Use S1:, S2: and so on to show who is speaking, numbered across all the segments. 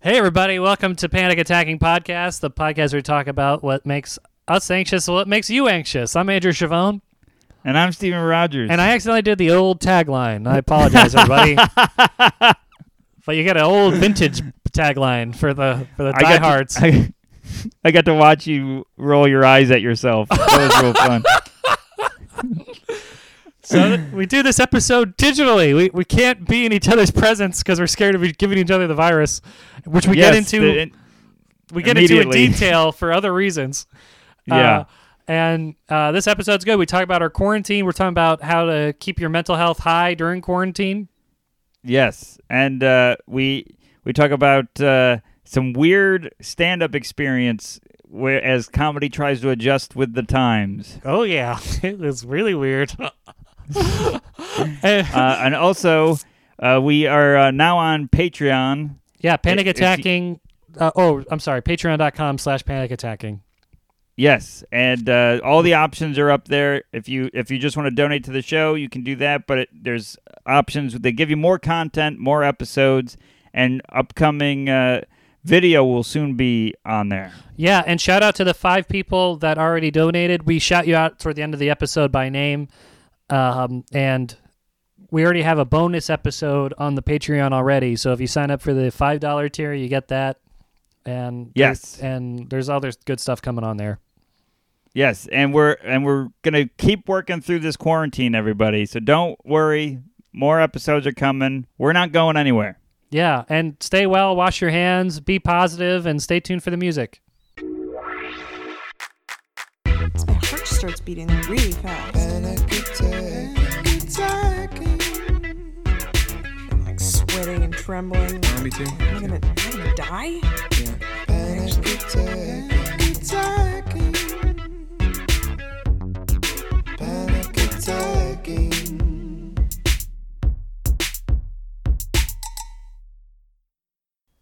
S1: Hey, everybody, welcome to Panic Attacking Podcast, the podcast where we talk about what makes us anxious and what makes you anxious. I'm Andrew Chavone,
S2: And I'm Steven Rogers.
S1: and I accidentally did the old tagline. I apologize, everybody. but you got an old vintage tagline for the for the
S2: I got to-
S1: diehards.
S2: I, I got to watch you roll your eyes at yourself. That was real fun.
S1: so th- we do this episode digitally. We, we can't be in each other's presence because we're scared of giving each other the virus, which we get
S2: Yes,
S1: into
S2: the- and-
S1: we get into in
S2: Immediately.
S1: detail for other reasons.
S2: Yeah.
S1: Uh, and uh, this episode's good. We talk about our quarantine. We're talking about how to keep your mental health high during quarantine.
S2: yes, and uh, we we talk about uh, some weird stand-up experience where as comedy tries to adjust with the times,
S1: Oh yeah, it was really weird. And-
S2: uh, and also uh, we are uh, now on Patreon.
S1: yeah, panic
S2: if you-
S1: attacking. Uh, oh, I'm sorry. Patreon.com slash panic attacking.
S2: Yes, and uh, all the options are up there. If you if you just want to donate to the show, you can do that. But it, there's options. They give you more content, more episodes, and upcoming uh, video will soon be on there.
S1: Yeah, and shout out to the five people that already donated. We shout you out toward the end of the episode by name, um, and we already have a bonus episode on the Patreon already. So if you sign up for the five dollar tier, you get that. And
S2: Yes.
S1: and there's other good stuff coming on there.
S2: Yes, and we're and we're gonna keep working through this quarantine, everybody. So don't worry. More episodes are coming. We're not going anywhere.
S1: Yeah, and stay well, wash your hands, be positive, and stay tuned for the music.
S3: My heart starts beating really fast. I'm like sweating and trembling.
S4: Me too.
S3: Am I gonna, am I gonna die?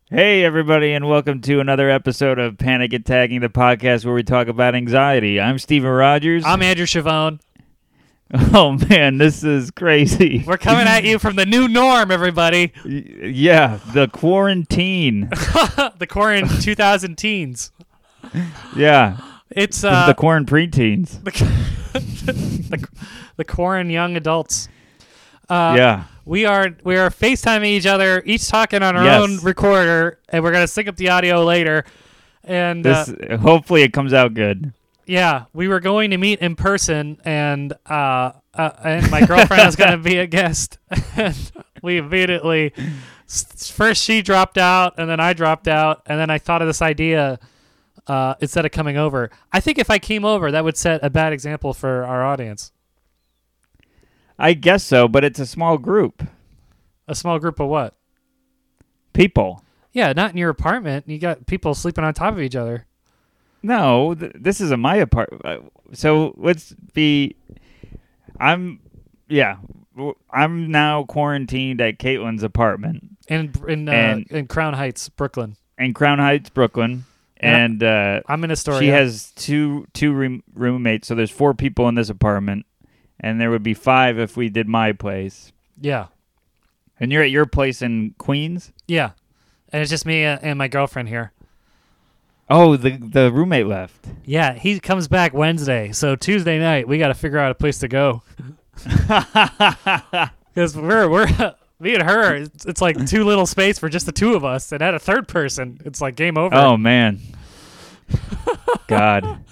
S2: Hey, everybody, and welcome to another episode of Panic Attacking, the podcast where we talk about anxiety. I'm Steven Rogers.
S1: I'm Andrew Chavone.
S2: Oh man, this is crazy.
S1: We're coming at you from the new norm, everybody.
S2: Y- Yeah, the quarantine.
S1: the quarantine 2000 teens.
S2: Yeah,
S1: It's
S2: this is
S1: uh,
S2: the quarantine preteens.
S1: the the, the Corin young adults. Uh,
S2: yeah,
S1: we are we are FaceTiming each other, each talking on our
S2: Yes.
S1: own recorder, and we're gonna sync up the audio later. And uh,
S2: this. hopefully, it comes out good.
S1: yeah, we were going to meet in person, and uh, uh and my girlfriend was gonna be a guest. and we immediately s- first she dropped out, and then I dropped out, and then I thought of this idea. Uh, instead of coming over, I think if I came over, that would set a bad example for our audience.
S2: I guess so, but it's a small group
S1: A small group of what?
S2: people.
S1: Yeah, not in your apartment. You got people sleeping on top of each other.
S2: No, th- this is a my apartment. So let's be. I'm. Yeah, w- I'm now quarantined at Caitlin's apartment.
S1: In in uh,
S2: And-
S1: in Crown Heights, Brooklyn.
S2: in Crown Heights, Brooklyn,
S1: Yeah.
S2: and uh,
S1: I'm in Astoria.
S2: she has two two room, roommates. So there's four people in this apartment, and there would be five if we did my place.
S1: yeah,
S2: And you're at your place in Queens.
S1: yeah, and it's just me uh, and my girlfriend here.
S2: Oh, the the roommate left.
S1: Yeah, he comes back Wednesday, so Tuesday night we got to figure out a place to go because we're we're me and her. It's, it's like too little space for just the two of us, and at a third person, it's like game over.
S2: Oh man. God.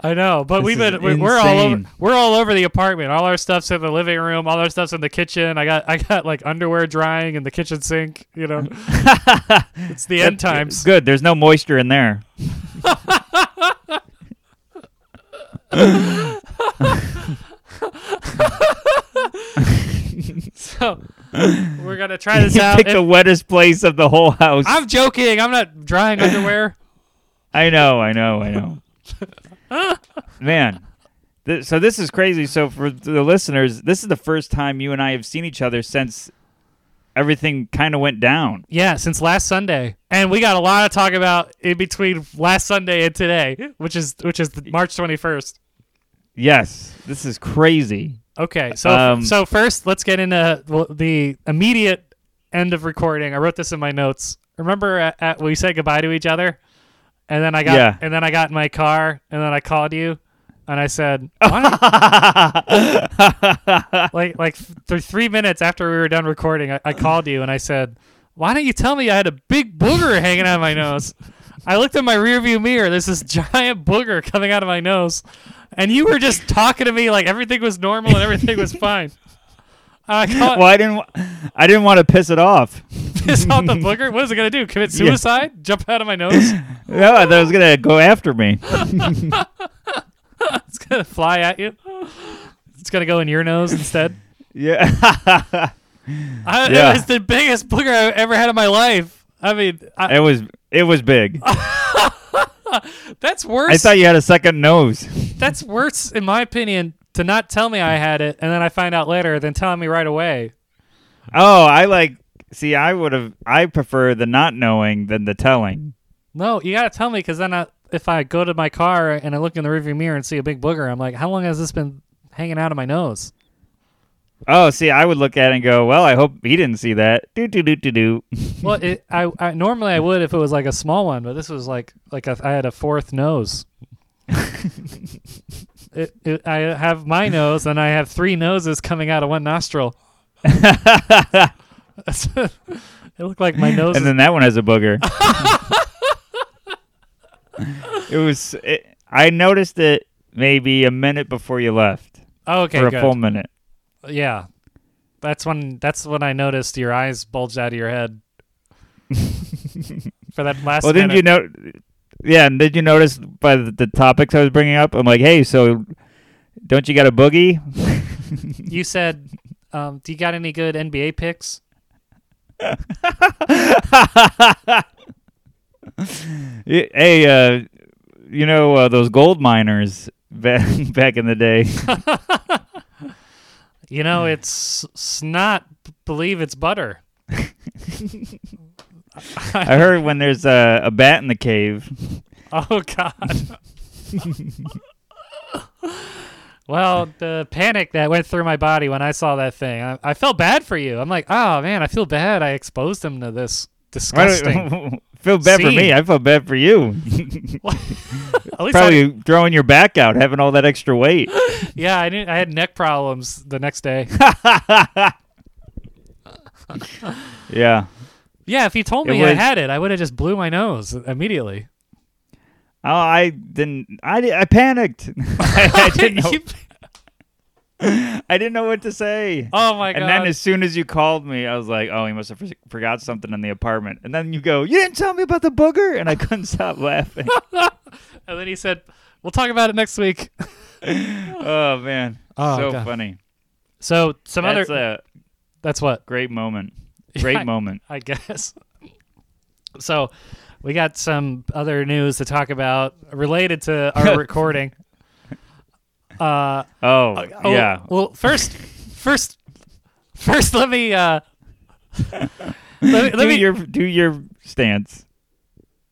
S1: I know, but
S2: This
S1: we've been
S2: is
S1: we- we're all over
S2: insane.
S1: we're all over the apartment. All our stuff's in the living room. All our stuff's in the kitchen. I got I got like underwear drying in the kitchen sink. You know, it's the end times.
S2: Good. There's no moisture in there.
S1: So we're gonna try this
S2: you
S1: out.
S2: picked
S1: If-
S2: the wettest place of the whole house.
S1: I'm joking. I'm not drying underwear.
S2: I know, I know, I know. Man. Th- so this is crazy. So for the listeners, this is the first time you and I have seen each other since everything kind of went down.
S1: Yeah, since last Sunday, and we got a lot to talk about in between last Sunday and today, which is which is the March 21st.
S2: Yes. This is crazy.
S1: Okay, so
S2: Um,
S1: so first, let's get into well, the immediate end of recording. I wrote this in my notes. Remember at, at, we said goodbye to each other, and then I got
S2: Yeah.
S1: and then I got in my car, and then I called you, and I said, "Why don't like like th- three minutes after we were done recording, I, I called you and I said, "Why don't you tell me I had a big booger hanging out of my nose?" I looked in my rearview mirror. There's this giant booger coming out of my nose, and you were just talking to me like everything was normal and everything was fine. I caught
S2: well, I didn't. wa- I didn't want to piss it off.
S1: piss off the booger. What is it gonna do? Commit
S2: Yeah.
S1: suicide? Jump out of my nose?
S2: No, I thought it was gonna go after me.
S1: It's gonna fly at you? It's gonna go in your nose instead.
S2: Yeah,
S1: I,
S2: Yeah.
S1: It was the biggest booger I ever had in my life. I mean, I,
S2: it was. It was big.
S1: that's worse.
S2: I thought you had a second nose.
S1: that's worse in my opinion to not tell me I had it and then I find out later than telling me right away.
S2: Oh, I like. See, I would have. I prefer the not knowing than the telling.
S1: No, you gotta tell me because then I, if I go to my car and I look in the rearview mirror and see a big booger, I'm like, how long has this been hanging out of my nose?
S2: Oh, see, I would look at it and go, "Well, I hope he didn't see that." Do do do do do.
S1: well, it, I, I normally I would if it was like a small one, but this was like like a, I had a fourth nose. it, it, I have my nose, and I have three noses coming out of one nostril. it looked like my nose. is-
S2: and then that one has a booger. it was. It, I noticed it maybe a minute before you left
S1: oh, okay,
S2: for a
S1: good.
S2: full minute.
S1: Yeah. That's when that's when I noticed your eyes bulged out of your head. For that last
S2: well, didn't
S1: minute.
S2: you know? Yeah, and did you notice by the, the topics I was bringing up? I'm like, hey, so don't you got a boogie?
S1: you said, um, do you got any good NBA picks?
S2: Y- hey, uh, you know uh, those gold miners back back in the day?
S1: You know, it's snot believe it's butter.
S2: I heard when there's uh, a bat in the cave.
S1: Oh god. well, the panic that went through my body when I saw that thing. I, I felt bad for you. I'm like, oh man, I feel bad I exposed him to this
S2: Why
S1: disgusting.
S2: don't- Feel bad for me.
S1: Scene.
S2: I feel bad for you.
S1: At least I-
S2: Probably throwing your back out, having all that extra weight.
S1: Yeah, I knew I had neck problems the next day.
S2: yeah.
S1: yeah, if you told
S2: It
S1: me I
S2: was-
S1: had it, I would have just blew my nose immediately.
S2: Oh, I didn't. I, di- I panicked. I, I didn't know, I didn't know what to say.
S1: oh my god!
S2: and then as soon as you called me, I was like, "Oh, he must have for- forgot something in the apartment." And then you go, "You didn't tell me about the booger," and I couldn't stop laughing.
S1: And then he said, "We'll talk about it next week."
S2: oh man,
S1: Oh,
S2: so
S1: God.
S2: funny.
S1: So some
S2: That's
S1: other
S2: a
S1: that's what
S2: great moment. Great moment.
S1: I guess. So we got some other news to talk about related to our recording. Uh,
S2: Oh
S1: Oh,
S2: yeah.
S1: Well, first, first, first, let me. Uh, let me, let
S2: do
S1: me
S2: your do your stance.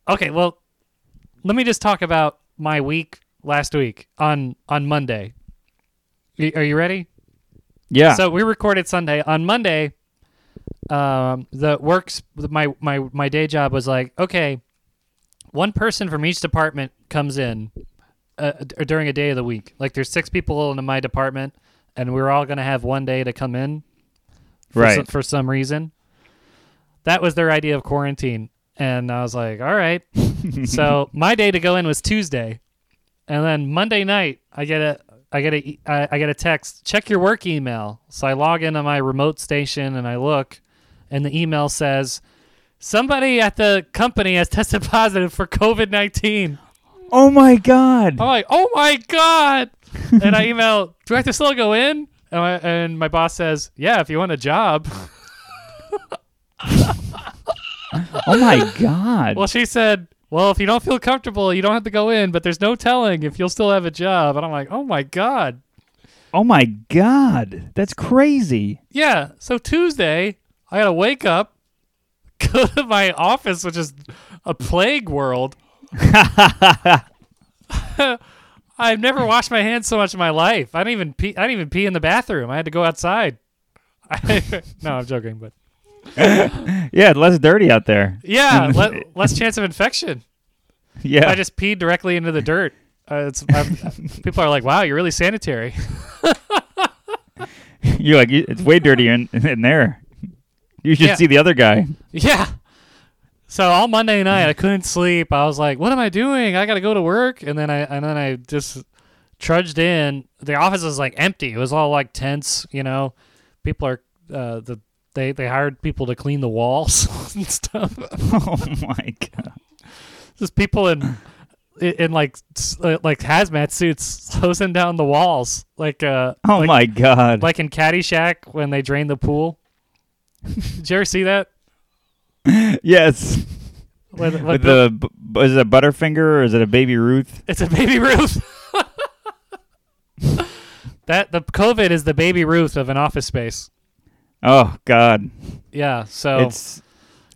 S1: Okay, well, let me just talk about my week last week on on Monday. Y- Are you ready?
S2: Yeah.
S1: So we recorded Sunday. On Monday, um, the works my my my day job was like, okay, one person from each department comes in uh, d- during a day of the week. Like there's six people in my department, and we're all gonna have one day to come in for
S2: Right.
S1: some, for some reason. That was their idea of quarantine, and I was like, all right. so my day to go in was Tuesday, and then Monday night I get a I get a e- I, I get a text. Check your work email. So I log into my remote station and I look, and the email says. Somebody at the company has tested positive for COVID 19.
S2: oh my god.
S1: I'm like, oh my god! And I email, do I have to still go in? And my, and my boss says, yeah, if you want a job.
S2: Oh my god.
S1: Well, she said, well, if you don't feel comfortable, you don't have to go in, but there's no telling if you'll still have a job. And I'm like, oh my god.
S2: Oh my god. That's crazy.
S1: Yeah. So Tuesday, I gotta wake up, go to my office, which is a plague world. I've never washed my hands so much in my life. I didn't even pee. I didn't even pee in the bathroom. I had to go outside. I, no, I'm joking, but
S2: yeah, less dirty out there.
S1: Yeah, le- less chance of infection.
S2: Yeah.
S1: I just peed directly into the dirt. Uh, it's, I'm- people are like, "Wow, you're really sanitary."
S2: You're like, "You- it's way dirtier in, in there. You should
S1: Yeah.
S2: see the other guy.
S1: yeah. So all Monday night, I couldn't sleep. I was like, "What am I doing? I got to go to work." And then I and then I just trudged in. The office was like empty. It was all like tents. You know, people are uh, the they they hired people to clean the walls and stuff.
S2: oh my god.
S1: just people in in, in like s- uh, like hazmat suits hosing down the walls like uh
S2: Oh
S1: like,
S2: my god.
S1: like in Caddyshack when they drain the pool. Did you ever see that?
S2: yes.
S1: With, with
S2: With
S1: the-
S2: the bu- bu- is it a Butterfinger or is it a Baby Ruth?
S1: it's a baby Ruth. that the COVID is the baby Ruth of an office space.
S2: Oh god.
S1: Yeah, so
S2: It's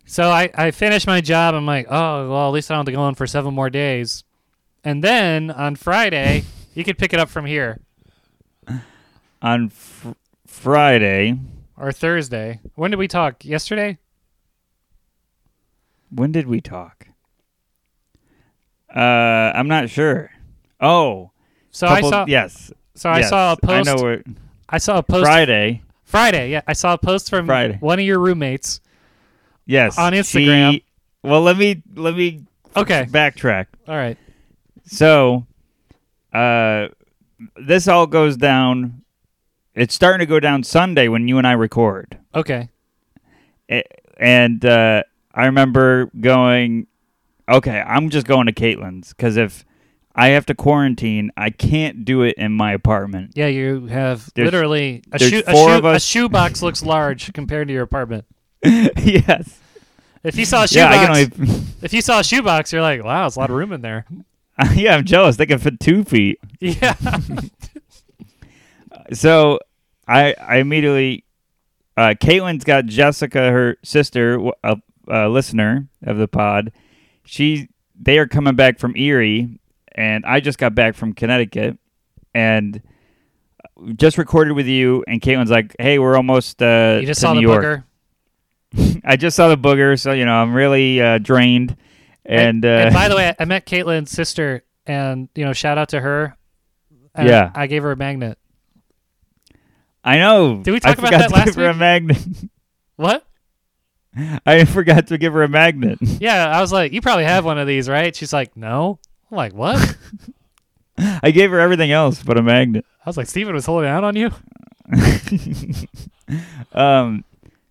S1: so I I finished my job. I'm like, oh well, at least I don't have to go in for seven more days. And then on Friday, you could pick it up from here
S2: on fr- Friday.
S1: or Thursday. When did we talk? Yesterday.
S2: When did we talk? Uh, I'm not sure. Oh,
S1: So
S2: couple-
S1: I saw.
S2: Yes.
S1: So I
S2: yes.
S1: saw a post.
S2: I
S1: I,
S2: know where
S1: saw a post
S2: Friday.
S1: Friday, Yeah, I saw a post from
S2: Friday.
S1: one of your roommates.
S2: Yes.
S1: on
S2: she-
S1: Instagram.
S2: well, let me let me
S1: Okay.
S2: backtrack.
S1: All right.
S2: So, uh, this all goes down. It's starting to go down Sunday when you and I record.
S1: Okay.
S2: A- and uh, I remember going, okay, I'm just going to Caitlin's because if I have to quarantine, I can't do it in my apartment.
S1: Yeah, you have
S2: There's-
S1: literally a
S2: there's
S1: shoe. A,
S2: four
S1: shoe
S2: of
S1: a
S2: us.
S1: shoebox looks large compared to your apartment.
S2: yes.
S1: If you saw a
S2: Yeah,
S1: shoebox,
S2: I can only.
S1: if you saw a shoebox, you're like, wow, it's a lot of room in there.
S2: yeah, I'm jealous. They can fit two feet.
S1: Yeah.
S2: Uh, So I I immediately uh, Caitlin's got Jessica, her sister, w- a, a listener of the pod. She they are coming back from Erie, and I just got back from Connecticut, and uh, just recorded with you. And Caitlin's like, "Hey, we're almost uh,
S1: you just
S2: to
S1: saw
S2: New
S1: the
S2: York.
S1: booger.
S2: I just saw the booger, so you know I'm really uh, drained." And, uh,
S1: and by the way, I met Caitlin's sister, and you know, shout out to her. And
S2: Yeah.
S1: I gave her a magnet.
S2: I know.
S1: Did we
S2: I
S1: talk about
S2: forgot
S1: that
S2: to
S1: last
S2: give her a
S1: week?
S2: magnet.
S1: What?
S2: I forgot to give her a magnet.
S1: Yeah, I was like, you probably have one of these, right? She's like, no. I'm like, what?
S2: I gave her everything else but a magnet.
S1: I was like, Steven was holding out on you?
S2: Um,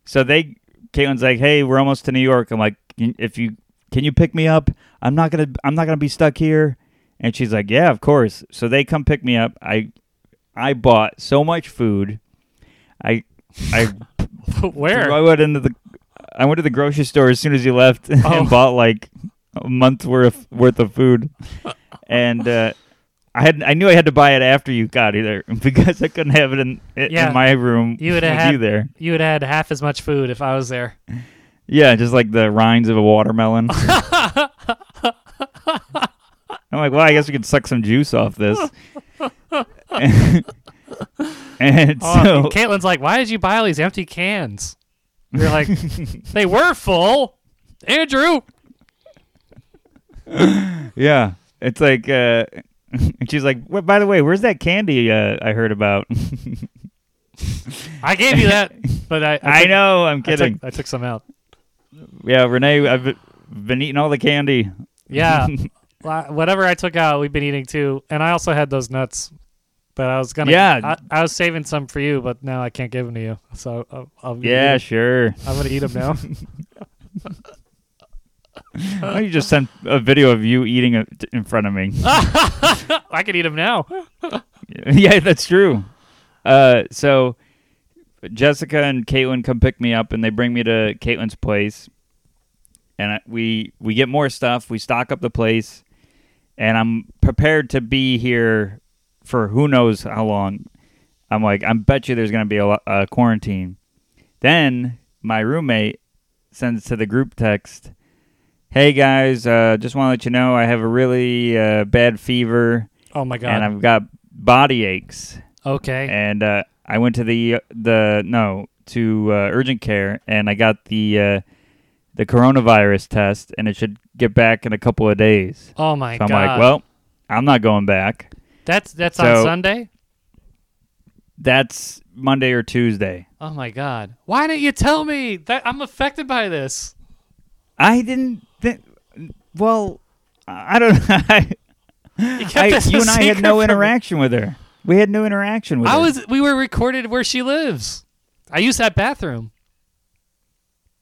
S2: so they, Caitlin's like, "Hey, we're almost to New York." I'm like, "Can- "If you can, you pick me up. I'm not gonna, I'm not gonna be stuck here." And she's like, "Yeah, of course." So they come pick me up. I, I bought so much food. I, I I
S1: Where?
S2: went into the, I went to the grocery store as soon as you left and
S1: Oh.
S2: bought like a month's worth worth of food, and uh, I had I knew I had to buy it after you got here because I couldn't have it in in
S1: Yeah.
S2: my room
S1: You
S2: with
S1: would've had-
S2: you there.
S1: You would have had half as much food if I was there.
S2: Yeah, just like the rinds of a watermelon. I'm like, well, I guess we could suck some juice off this. and
S1: Oh, and
S2: so,
S1: Caitlin's like, why did you buy all these empty cans? You're like, they were full. Andrew.
S2: yeah, it's like, uh, and she's like, well, by the way, where's that candy uh, I heard about?
S1: I gave you that, but I I,
S2: I
S1: took-
S2: know, I'm
S1: I took-
S2: kidding.
S1: I took some out.
S2: Yeah, Renee, I've been- been eating all the candy.
S1: Yeah. Wha- Whatever I took out, we've been eating too. And I also had those nuts. But I was gonna.
S2: Yeah.
S1: I, I was saving some for you, but now I can't give them to you. So I'll, I'll gonna
S2: Yeah,
S1: eat 'em.
S2: sure.
S1: I'm gonna eat them now.
S2: Why don't you just send a video of you eating it in front of me?
S1: I can eat them now.
S2: yeah, that's true. Uh, so Jessica and Caitlin come pick me up, and they bring me to Caitlin's place, and I, we we get more stuff. We stock up the place, and I'm prepared to be here for who knows how long. I'm like, I bet you there's gonna be a, lo- a quarantine. Then my roommate sends to the group text, "Hey guys, uh, just want to let you know I have a really uh, bad fever."
S1: Oh my god.
S2: and I've got body aches.
S1: okay.
S2: And uh, I went to uh, the the no to uh, urgent care, and I got the uh, the coronavirus test, and it should get back in a couple of days.
S1: Oh my
S2: so I'm
S1: god.
S2: like, well, I'm not going back.
S1: that's that's on
S2: so-
S1: Sunday.
S2: That's Monday or Tuesday.
S1: Oh my god. Why didn't you tell me that I'm affected by this?
S2: I didn't. Th- well, I I don't. I,
S1: You kept
S2: I,
S1: this a
S2: you and I had
S1: secret
S2: no
S1: from me.
S2: interaction with her. We had no interaction with
S1: I
S2: her.
S1: was. We were recorded where she lives. I used that bathroom.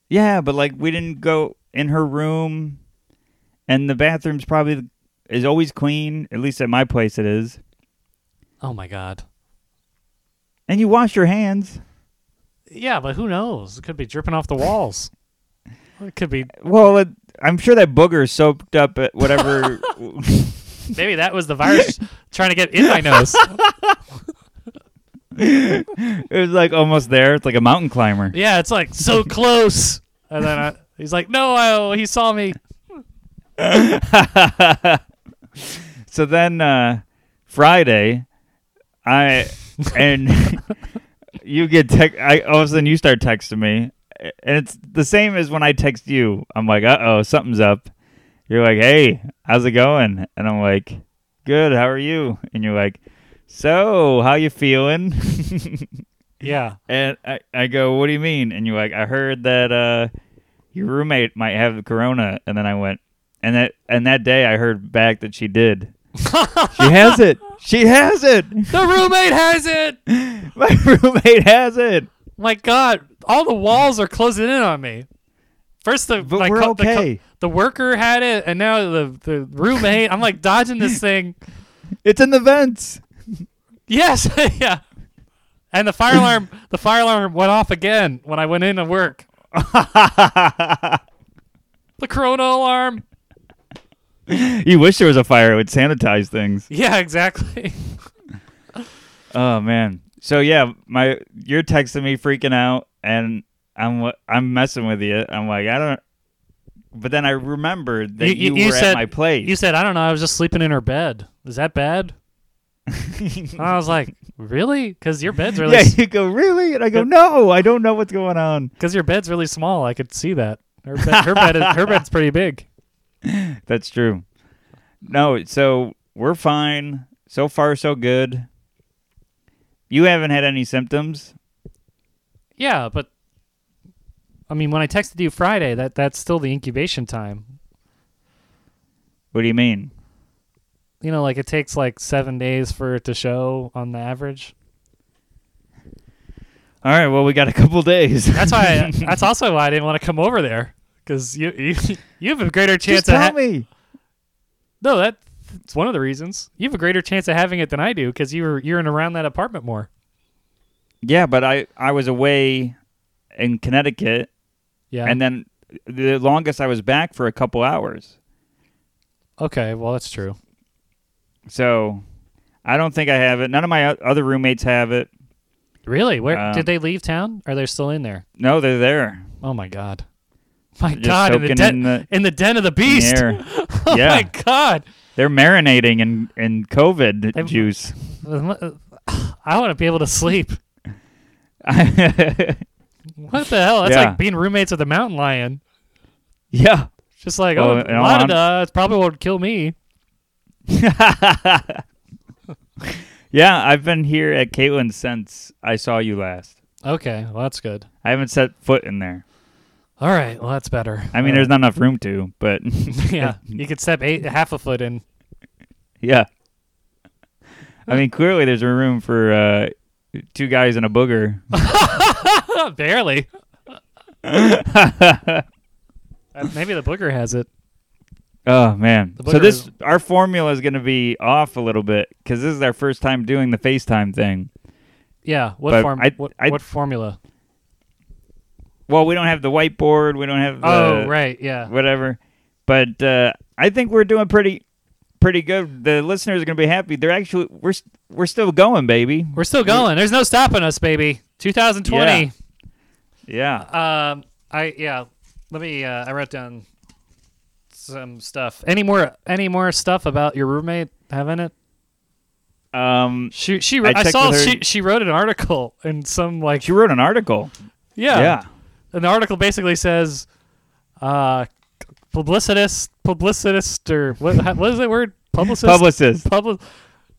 S2: Yeah, but like we didn't go in her room, and the bathroom's probably is always clean. At least at my place, it is.
S1: Oh my god.
S2: And you wash your hands.
S1: Yeah, but who knows? It could be dripping off the walls. it could be.
S2: Well, it, I'm sure that booger soaked up at whatever.
S1: Maybe that was the virus trying to get in my nose.
S2: it was like almost there. It's like a mountain climber.
S1: Yeah, it's like so close. And then I, he's like, "No, oh, he saw me."
S2: so then uh, Friday, I and you get text. I all of a sudden you start texting me, and it's the same as when I text you. I'm like, uh oh, something's up. You're like, hey, how's it going? And I'm like, good. How are you? And you're like, so how you feeling?
S1: Yeah.
S2: and I, I go, what do you mean? And you're like, I heard that uh, your roommate might have corona. And then I went, and that and that day I heard back that she did. she has it. She has it.
S1: The roommate has it.
S2: My roommate has it.
S1: My God, all the walls are closing in on me. First, the
S2: But
S1: my
S2: we're
S1: co- the co-
S2: okay.
S1: the worker had it, and now the the roommate. I'm like dodging this thing.
S2: It's in the vents.
S1: Yes, yeah. And the fire alarm, the fire alarm went off again when I went in to work. The corona alarm.
S2: you wish there was a fire. It would sanitize things.
S1: Yeah, exactly.
S2: Oh man. So yeah, my you're texting me freaking out, and I'm wa- I'm messing with you. I'm like I don't. But then I remembered that you, were at my place.
S1: You said, I don't know, I was just sleeping in her bed. Is that bad? And I was like, really? Because your bed's Oh, really,
S2: yeah, you go really, and I go no, I don't know what's going on.
S1: because your bed's really small. I could see that. Her bed, her bed, is, her bed's pretty big.
S2: That's true. No, so we're fine. So far, so good. You haven't had any symptoms.
S1: Yeah, but I mean, when I texted you Friday, that that's still the incubation time.
S2: What do you mean?
S1: You know, like it takes like seven days for it to show on the average.
S2: All right, well, we got a couple days.
S1: That's why. that's also why I didn't want to come over there because you you you have a greater chance.
S2: Just tell
S1: of ha-
S2: me.
S1: No, that- that's one of the reasons. You have a greater chance of having it than I do because you were you're in around that apartment more.
S2: Yeah, but I I was away in Connecticut,
S1: Yeah.
S2: and then the longest I was back for a couple hours.
S1: okay, well that's true.
S2: So I don't think I have it. None of my o- other roommates have it.
S1: Really? Where
S2: Um,
S1: did they leave town? Are they still in there?
S2: No, they're there.
S1: Oh my god. My
S2: They're just
S1: god, in the
S2: soaking
S1: den
S2: in
S1: in
S2: the-
S1: the, den of the
S2: in the
S1: beast.
S2: air.
S1: oh
S2: Yeah.
S1: my god.
S2: They're marinating in, in COVID
S1: They've-
S2: juice.
S1: I want to be able to sleep. What the hell? That's
S2: Yeah.
S1: like being roommates with a mountain lion.
S2: yeah.
S1: Just like,
S2: Well,
S1: oh,
S2: in all hon-
S1: Lada, it's probably won't kill me.
S2: yeah, I've been here at Caitlin's since I saw you last.
S1: Okay, well that's good.
S2: I haven't set foot in there.
S1: All right, well that's better.
S2: I mean,
S1: Uh,
S2: there's not enough room to, but
S1: yeah, you could step eight half a foot in.
S2: yeah. I mean, clearly there's room for uh, two guys and a booger.
S1: Barely. Uh, maybe the booger has it.
S2: Oh man!
S1: The
S2: So
S1: booger
S2: this
S1: is-
S2: our formula is going to be off a little bit because this is our first time doing the FaceTime thing.
S1: Yeah. What
S2: But
S1: form?
S2: I-
S1: what,
S2: I-
S1: what formula?
S2: Well, we don't have the whiteboard. We don't have the
S1: oh, right. Yeah.
S2: whatever. But uh, I think we're doing pretty pretty good. The listeners are going to be happy. They're actually we're s- we're still going, baby.
S1: We're still going. There's no stopping us, baby. 2020.
S2: Yeah.
S1: Um. I yeah. Let me. Uh, I wrote down some stuff. Any more? Any more stuff about your roommate having it?
S2: Um,
S1: She she.
S2: I
S1: I, I
S2: checked
S1: saw
S2: with her.
S1: she she wrote an article in some like
S2: she wrote an article.
S1: Yeah. And the article basically says, uh, publicitist, publicist, or what, what is that word? Publicist?
S2: Publicist.
S1: public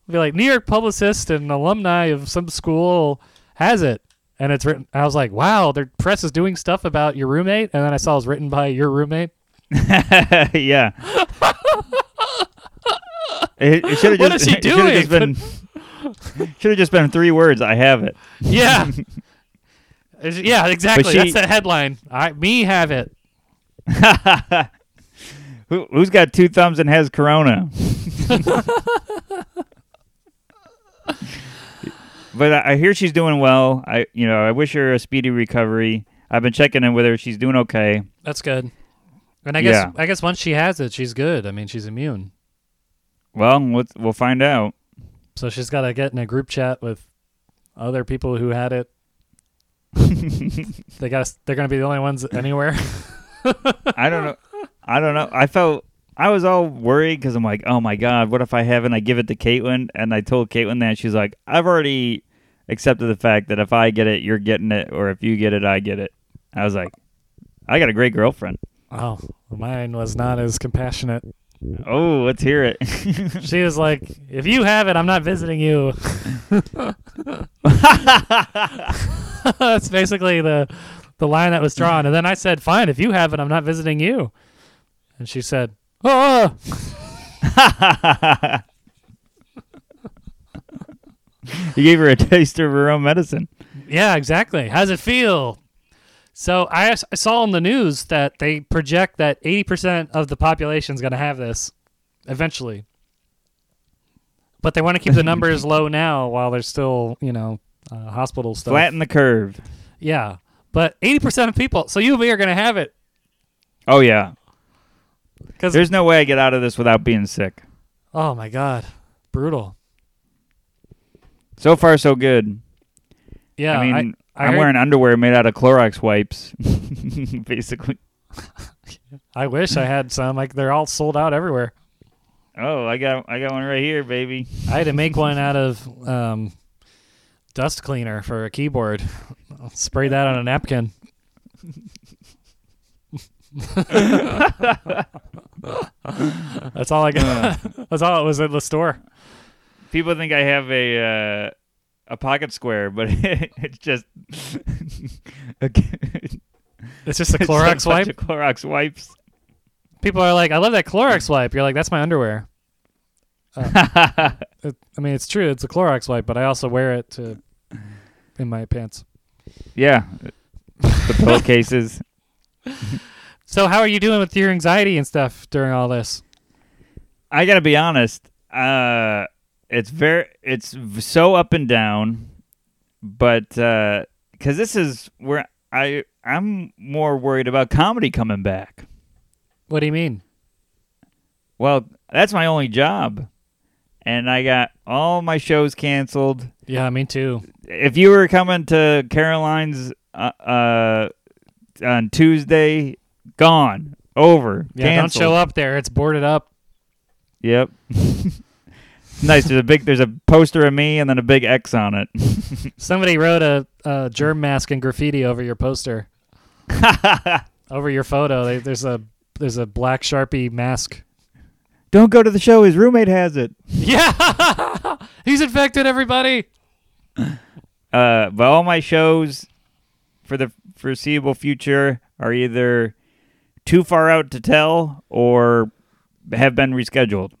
S1: be like New York publicist and alumni of some school has it and it's written I was like wow their press is doing stuff about your roommate and then I saw it was written by your roommate
S2: yeah. It, it should've
S1: What
S2: just,
S1: is she
S2: it should've
S1: doing?
S2: just been- should've just been three words. I have it.
S1: yeah Is- yeah exactly
S2: she-
S1: that's the headline I me have it
S2: Who, who's got two thumbs and has corona? but I, I hear she's doing well. I you know I wish her a speedy recovery. I've been checking in with her. She's doing okay.
S1: that's good and I guess
S2: Yeah.
S1: I guess once she has it she's good I mean she's immune
S2: Well, we'll, we'll find out.
S1: so she's got to get in a group chat with other people who had it they got they're gonna be the only ones anywhere
S2: I don't know. I don't know. I felt I was all worried because I'm like, oh my god, what if I haven't? I give it to Caitlin, and I told Caitlin that she's like, I've already accepted the fact that if I get it, you're getting it, or if you get it, I get it. I was like, I got a great girlfriend.
S1: oh mine was not as compassionate
S2: Oh, let's hear it.
S1: She was like, "If you have it, I'm not visiting you." That's basically the the line that was drawn. And then I said, "Fine, if you have it, I'm not visiting you." And she said, "Oh,
S2: you gave her a taste of her own medicine.
S1: yeah, exactly. How's it feel?" So I, s- I saw on the news that they project that 80% of the population is going to have this eventually. But they want to keep the numbers low now while there's still, you know, uh, hospital stuff.
S2: Flatten the curve.
S1: Yeah. But 80% of people, so you and me are going to have it.
S2: Oh yeah.
S1: 'Cause-
S2: There's no way I get out of this without being sick.
S1: Oh my God. Brutal.
S2: So far, so good.
S1: Yeah.
S2: I mean,
S1: I
S2: am
S1: heard-
S2: wearing underwear made out of Clorox wipes, basically.
S1: I, wish I had some. Like, they're all sold out everywhere.
S2: Oh, I got I got one right here, baby.
S1: I had to make one out of um, dust cleaner for a keyboard. I'll spray that on a napkin. that's all I got. that's all it was in the store.
S2: People think I have a uh, a pocket square, but it's just a,
S1: It's just a Clorox wipe.
S2: Clorox wipes.
S1: People are like, I love that Clorox wipe. You're like, that's my underwear. Uh, it- I mean, it's true. It's a Clorox wipe, but I also wear it to in my pants.
S2: Yeah, the pillowcases.
S1: So, how are you doing with your anxiety and stuff during all this?
S2: I gotta be honest. Uh, it's very, it's v- so up and down, but because this is where I, I'm more worried about comedy coming back.
S1: What do you mean?
S2: Well, that's my only job, and I got all my shows canceled.
S1: Yeah, me too.
S2: If you were coming to Caroline's uh, uh, on Tuesday, gone, over,
S1: Yeah,
S2: canceled.
S1: don't show up there. It's boarded up.
S2: Yep. nice. There's a big. There's a poster of me and then a big X on it.
S1: Somebody wrote a, a germ mask and graffiti over your poster, over your photo. They, there's a there's a black sharpie mask.
S2: Don't go to the show. His roommate has it.
S1: Yeah, he's infected. Everybody.
S2: Uh, but all my shows for the foreseeable future are either too far out to tell or have been rescheduled.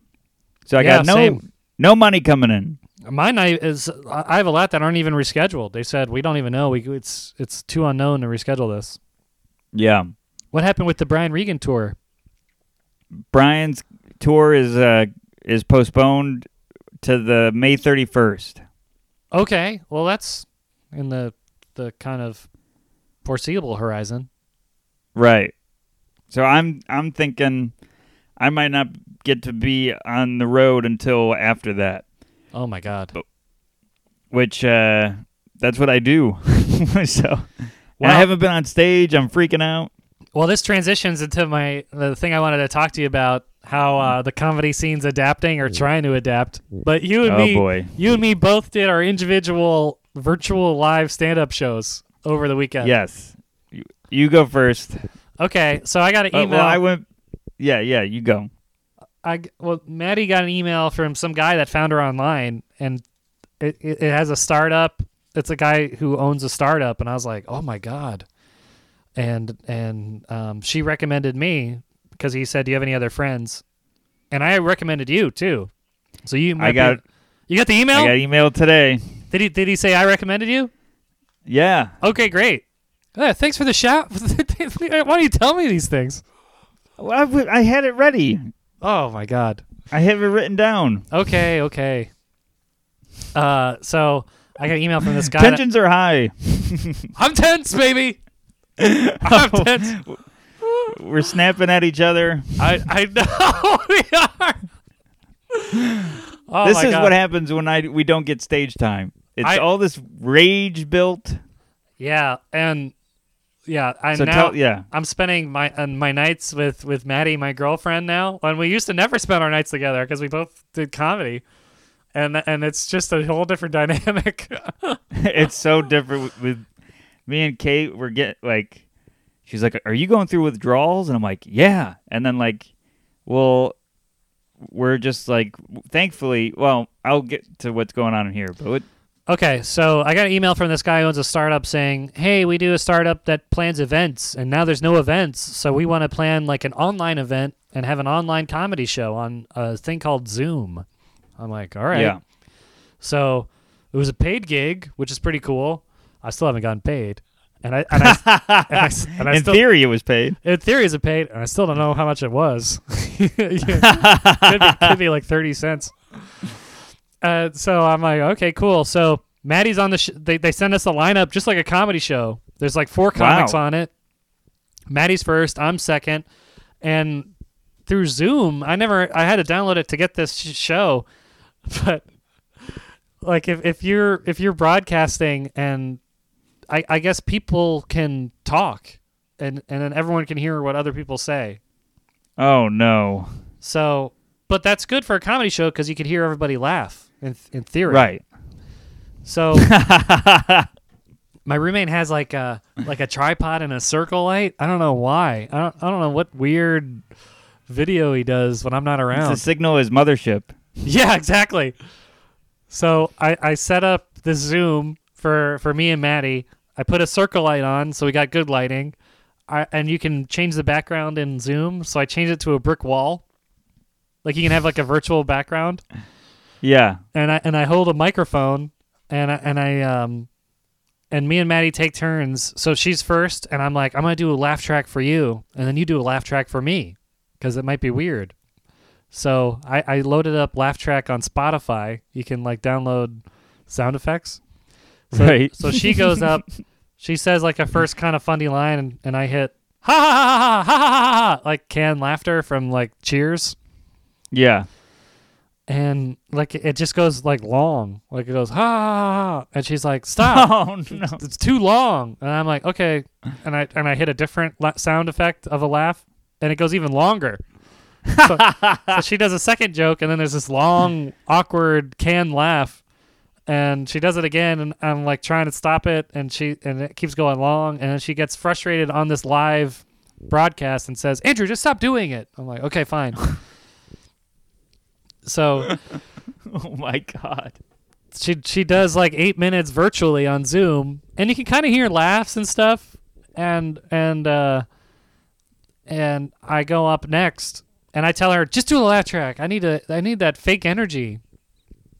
S2: So I
S1: Yeah,
S2: got no
S1: same.
S2: no money coming in.
S1: Mine I- is I I have a lot that aren't even rescheduled. They said we don't even know. We it's it's too unknown to reschedule this.
S2: Yeah.
S1: What happened with the Brian Regan tour?
S2: Brian's tour is uh is postponed to the May 31st.
S1: Okay, well that's in the the kind of foreseeable horizon.
S2: Right. So I'm I'm thinking I might not get to be on the road until after that,
S1: Oh my God!
S2: which uh, that's what I do. so and I
S1: Wow.
S2: haven't been on stage. I'm freaking out.
S1: Well, this transitions into my the thing I wanted to talk to you about how uh, the comedy scene's adapting or trying to adapt. But you and
S2: Oh,
S1: me,
S2: boy.
S1: you and me both did our individual virtual live stand up shows. over the weekend.
S2: Yes. You, you go first. Uh,
S1: Okay, so I got an email.
S2: well, I went. Yeah, yeah. You go.
S1: I g- well, Maddie got an email from some guy that found her online, and it, it, it has a startup. It's a guy who owns a startup, and I was like, oh my god, and and um, she recommended me because he said, do you have any other friends? And I recommended you too, so you might
S2: I got.
S1: be- you got the email.
S2: I got email today.
S1: did he did he say I recommended you?
S2: Yeah.
S1: Okay, great. Yeah, thanks for the shout. Why don't you tell me these things?
S2: Well, I, w- I had it ready.
S1: Oh my god.
S2: I have it written down.
S1: Okay, okay. Uh, so I got an email from this guy. that-
S2: Tensions are high.
S1: I'm tense, baby. I'm
S2: Oh.
S1: tense.
S2: We're snapping at each other.
S1: I I know we are. Oh
S2: this
S1: my
S2: is
S1: God.
S2: what happens when I we don't get stage time. It's
S1: I-
S2: all this rage built.
S1: Yeah, and yeah, I'm
S2: So
S1: now.
S2: tell yeah.
S1: I'm spending my uh, my nights with with Maddie, my girlfriend now. And we used to never spend our nights together because we both did comedy, and and it's just a whole different dynamic.
S2: it's so different with, with me and Kate. We're get like, she's like, "Are you going through withdrawals?" And I'm like, "Yeah." And then like, well, we're just like, thankfully, well, I'll get to what's going on in here, but what,
S1: Okay, so I got an email from this guy who owns a startup saying, "Hey, we do a startup that plans events, and now there's no events, so we want to plan like an online event and have an online comedy show on a thing called Zoom." I'm like, "All right."
S2: yeah,
S1: So it was a paid gig, which is pretty cool. I still haven't gotten paid, and I and I, and I, s- and I
S2: in
S1: still
S2: theory, it was paid.
S1: in theory is a paid, and I still don't know how much it was. Yeah. could, be, could be like thirty cents. Uh, so I'm like, okay, cool. So Maddie's on the. Sh- they they send us a lineup just like a comedy show. There's like four comics
S2: Wow.
S1: on it. Maddie's first. I'm second, and through Zoom, I never. I had to download it to get this sh- show, but like if, if you're if you're broadcasting and I, I guess people can talk and and then everyone can hear what other people say
S2: Oh no,
S1: so but that's good for a comedy show because you could hear everybody laugh in, in theory
S2: right?
S1: so my roommate has like a like a tripod and a circle light i don't know why i don't, I don't know what weird video he does when i'm not around
S2: The signal is mothership.
S1: Yeah, exactly. So I, I set up the Zoom for, for me and Maddie. I put a circle light on, so we got good lighting. I, and you can change the background in Zoom. So I changed it to a brick wall. Like you can have like a virtual background.
S2: Yeah,
S1: And I and I hold a microphone and I, and I um and me and Maddie take turns. So she's first and I'm like, I'm gonna do a laugh track for you, and then you do a laugh track for me. Because it might be weird. So I, I loaded up Laugh Track on Spotify. You can like download sound effects. So,
S2: Right.
S1: So she goes up, she says like a first kind of funny line, and, and I hit ha ha ha ha ha ha ha ha like canned laughter from like Cheers,
S2: yeah.
S1: and like it just goes like long, like it goes ha ha ha, ha and she's like stop.
S2: Oh no.
S1: It's too long, and I'm like, okay, and I and I hit a different la- sound effect of a laugh, and it goes even longer. So, so she does a second joke, and then there's this long, awkward canned laugh, and she does it again, and I'm like trying to stop it, and she and it keeps going long, and then she gets frustrated on this live broadcast and says, "Andrew, just stop doing it." I'm like, okay, fine. so
S2: Oh my god.
S1: she she does like eight minutes virtually on Zoom, and you can kind of hear laughs and stuff, and and uh, and I go up next, and I tell her just do a laugh track. I need a I need that fake energy.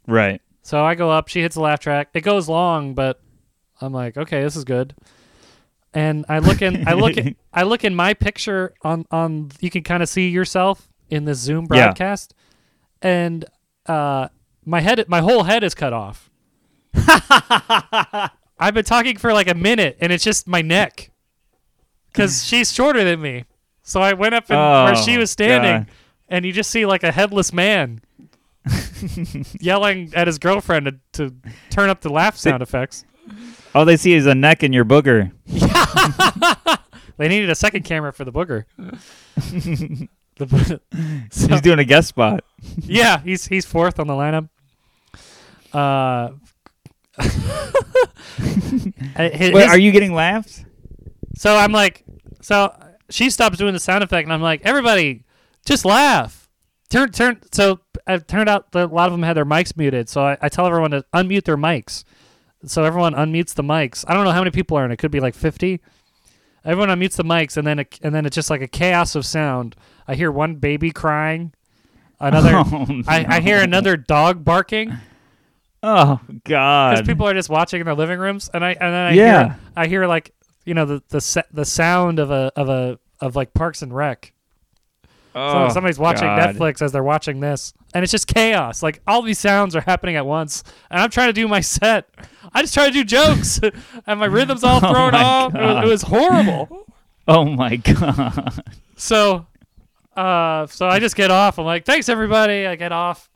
S2: Right.
S1: So I go up, she hits a laugh track. It goes long, but I'm like, okay, this is good. And I look in I look in- I look in my picture on on you can kind of see yourself in this Zoom
S2: Yeah.
S1: broadcast. And uh my head my whole head is cut off. I've been talking for like a minute and it's just my neck. Cuz she's shorter than me. So I went up and where
S2: Oh,
S1: she was standing
S2: God.
S1: and you just see like a headless man yelling at his girlfriend to, to turn up the laugh sound effects.
S2: All they see is a neck and your booger.
S1: They needed a second camera for the booger. The bo- So-
S2: He's doing a guest spot.
S1: yeah, he's he's fourth on the lineup. Uh, Uh, his-
S2: Wait, are you getting laughs?
S1: so I'm like, so she stops doing the sound effect, and I'm like, everybody, just laugh. Turn, turn. So it turned out that a lot of them had their mics muted. So I, I tell everyone to unmute their mics. So everyone unmutes the mics. I don't know how many people are in. It could be like 50. Everyone unmutes the mics, and then it, and then it's just like a chaos of sound. I hear one baby crying, another.
S2: Oh,
S1: I, I hear
S2: no.
S1: another dog barking.
S2: Oh
S1: because
S2: God.
S1: people are just watching in their living rooms, and I and then I
S2: Yeah.
S1: hear I hear like you know the the sa- the sound of a of a of like Parks and Rec. So
S2: oh,
S1: somebody's watching
S2: God.
S1: Netflix as they're watching this, and it's just chaos. Like all these sounds are happening at once, and I'm trying to do my set. I just try to do jokes, and my rhythm's all
S2: Oh
S1: thrown
S2: my
S1: off. It was,
S2: God.
S1: it was horrible.
S2: Oh my God.
S1: So, uh, so I just get off. I'm like, thanks everybody. I get off,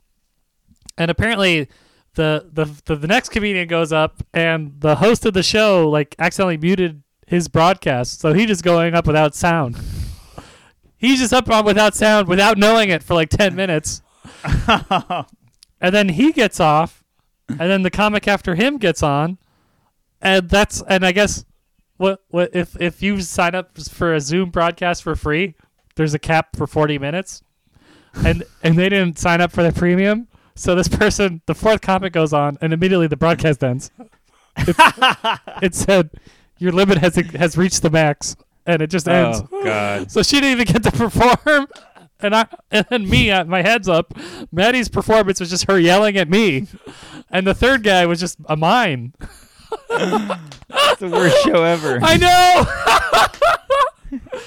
S1: and apparently, the the the, the next comedian goes up, and the host of the show like accidentally muted his broadcast, so he's just going up without sound. He's just up on without sound without knowing it for like ten minutes, and then he gets off, and then the comic after him gets on, and that's and I guess what what if if you sign up for a Zoom broadcast for free, there's a cap for 40 minutes. And and they didn't sign up for the premium. So this person, the fourth comic goes on and immediately the broadcast ends. It's- it said your limit has has reached the max and it just ends.
S2: Oh God.
S1: So she didn't even get to perform. And I and then me, uh, my head's up. Maddie's performance was just her yelling at me, and the third guy was just a mime.
S2: It's the worst show ever.
S1: I know.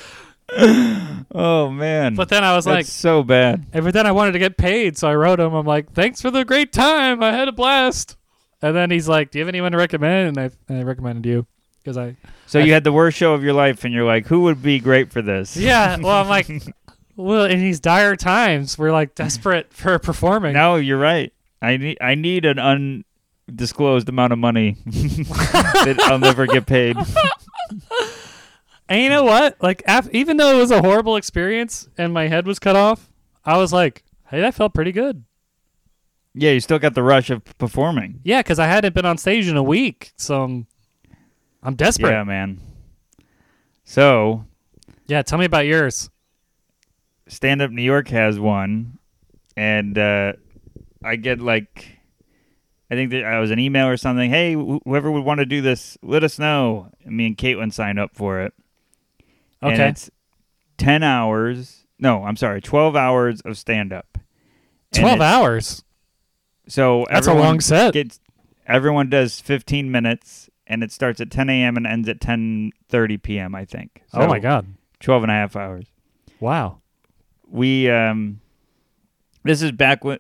S2: Oh man.
S1: But then I was
S2: That's
S1: like,
S2: so bad.
S1: And but then I wanted to get paid, so I wrote him. I'm like, "Thanks for the great time. I had a blast." And then he's like, "Do you have anyone to recommend?" And I, and I recommended you because I,
S2: So you had the worst show of your life, and you're like, who would be great for this?
S1: yeah. Well, I'm like, well, in these dire times, we're like desperate for performing.
S2: No, you're right. I need I need an undisclosed amount of money that I'll never get paid.
S1: And you know what? Like, af- even though it was a horrible experience and my head was cut off, I was like, "Hey, that felt pretty good."
S2: Yeah, you still got the rush of performing.
S1: Yeah, because I hadn't been on stage in a week, so I'm, I'm desperate.
S2: Yeah, man. So
S1: yeah, tell me about yours.
S2: stand up New York has one, and uh, I get like, I think that I was an email or something. Hey, wh- whoever would want to do this, let us know. And me and Caitlin signed up for it. And
S1: Okay.
S2: it's ten hours. No, I'm sorry, twelve hours of stand up.
S1: Twelve hours.
S2: So
S1: That's a
S2: everyone
S1: long set.
S2: Gets, everyone does fifteen minutes, and it starts at ten a.m. and ends at ten thirty p.m. I think.
S1: oh
S2: So
S1: my god!
S2: 12 and a half hours.
S1: Wow.
S2: we um this is back when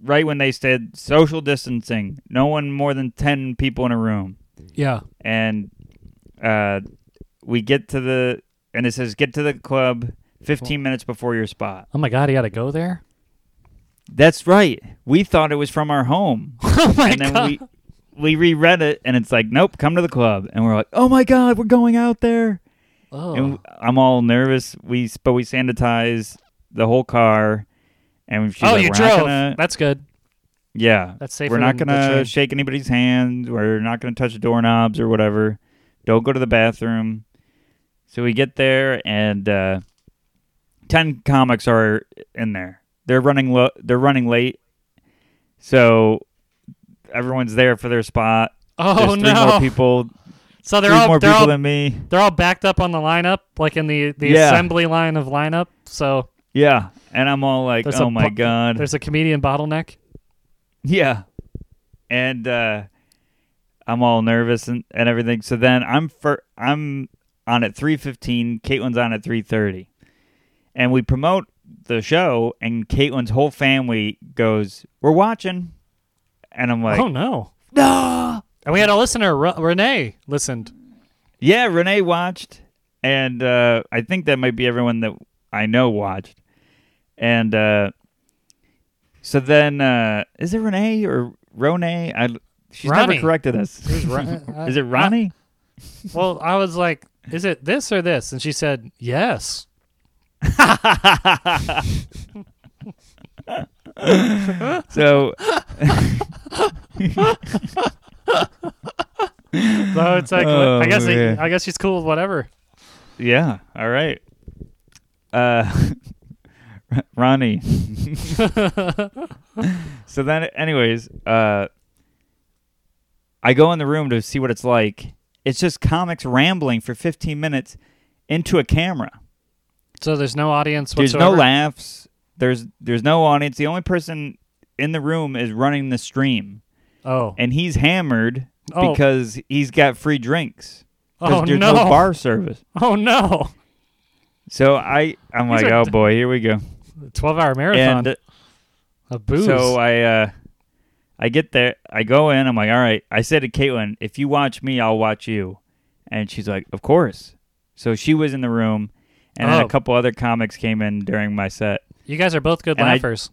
S2: right when they said social distancing no one more than 10 people in a room
S1: Yeah.
S2: and uh we get to the and it says get to the club 15 minutes before your spot
S1: Oh my god, he got to go there.
S2: that's right we thought it was from our home
S1: oh my
S2: and then we we reread it and it's like nope come to the club and we're like oh my god we're going out there
S1: oh.
S2: and i'm all nervous we but we sanitized the whole car and she's
S1: Oh,
S2: like,
S1: you
S2: we're not
S1: drove.
S2: gonna-
S1: That's good.
S2: Yeah.
S1: That's safer
S2: We're not
S1: than
S2: going
S1: the
S2: to
S1: train.
S2: shake anybody's hands. We're not going to touch doorknobs or whatever. Don't go to the bathroom. So we get there, and uh, ten comics are in there. They're running low. They're running late, so everyone's there for their spot.
S1: Oh
S2: There's three more
S1: no!
S2: people.
S1: so they're
S2: three
S1: all
S2: more
S1: they're
S2: people
S1: all,
S2: than me.
S1: they're all backed up on the lineup, like in the the
S2: Yeah.
S1: assembly line of lineup. So
S2: Yeah, and I'm all like,
S1: There's a
S2: "Oh my
S1: bu-
S2: god!"
S1: there's a comedian bottleneck.
S2: Yeah. And uh I'm all nervous and, and everything. So then I'm for I'm on at three fifteen, Caitlin's on at three thirty. And we promote the show and Caitlin's whole family goes, We're watching and I'm like
S1: oh no! And we had a listener, Re- Renee, listened.
S2: Yeah, Renee watched and uh I think that might be everyone that I know watched. And uh so then uh is it Renee or Rone? I she's
S1: Ronnie.
S2: never corrected us. Is uh, it Ronnie?
S1: well, I was like, "Is it this or this?" And she said, "Yes."
S2: so
S1: so it's like
S2: Oh,
S1: I guess
S2: yeah.
S1: I, I guess she's cool with whatever.
S2: Yeah. All right. Uh, Ronnie. so then, anyways, uh, I go in the room to see what it's like. It's just comics rambling for 15 minutes into a camera.
S1: So there's no audience
S2: There's
S1: whatsoever.
S2: no laughs. There's there's no audience. The only person in the room is running the stream,
S1: Oh,
S2: and he's hammered
S1: Oh.
S2: because he's got free drinks. 'Cause
S1: oh
S2: there's
S1: no.
S2: no bar service.
S1: Oh no.
S2: So I I'm
S1: These
S2: like,
S1: are
S2: oh
S1: d-
S2: boy, here we go.
S1: Twelve hour marathon.
S2: And uh,
S1: a booze.
S2: So I uh I get there, I go in, I'm like, all right. I said to Caitlin, if you watch me, I'll watch you. And she's like, Of course. So she was in the room and then
S1: Oh.
S2: a couple other comics came in during my set.
S1: you guys are both good
S2: and I-
S1: laughers.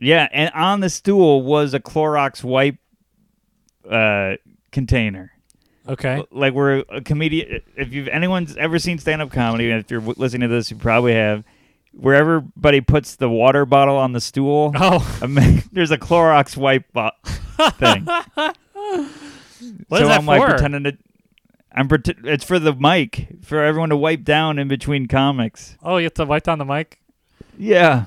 S2: Yeah, and on the stool was a Clorox wipe uh container.
S1: okay.
S2: L- Like we're a comedian if you've anyone's ever seen stand up comedy, and if you're w- listening to this, you probably have. Where everybody puts the water bottle on the stool,
S1: Oh,
S2: I mean, there's a Clorox wipe bo- thing.
S1: What
S2: so
S1: is that
S2: I'm like
S1: for?
S2: pretending to. I'm pretend. It's for the mic for everyone to wipe down in between comics.
S1: oh, you have to wipe down the mic.
S2: Yeah.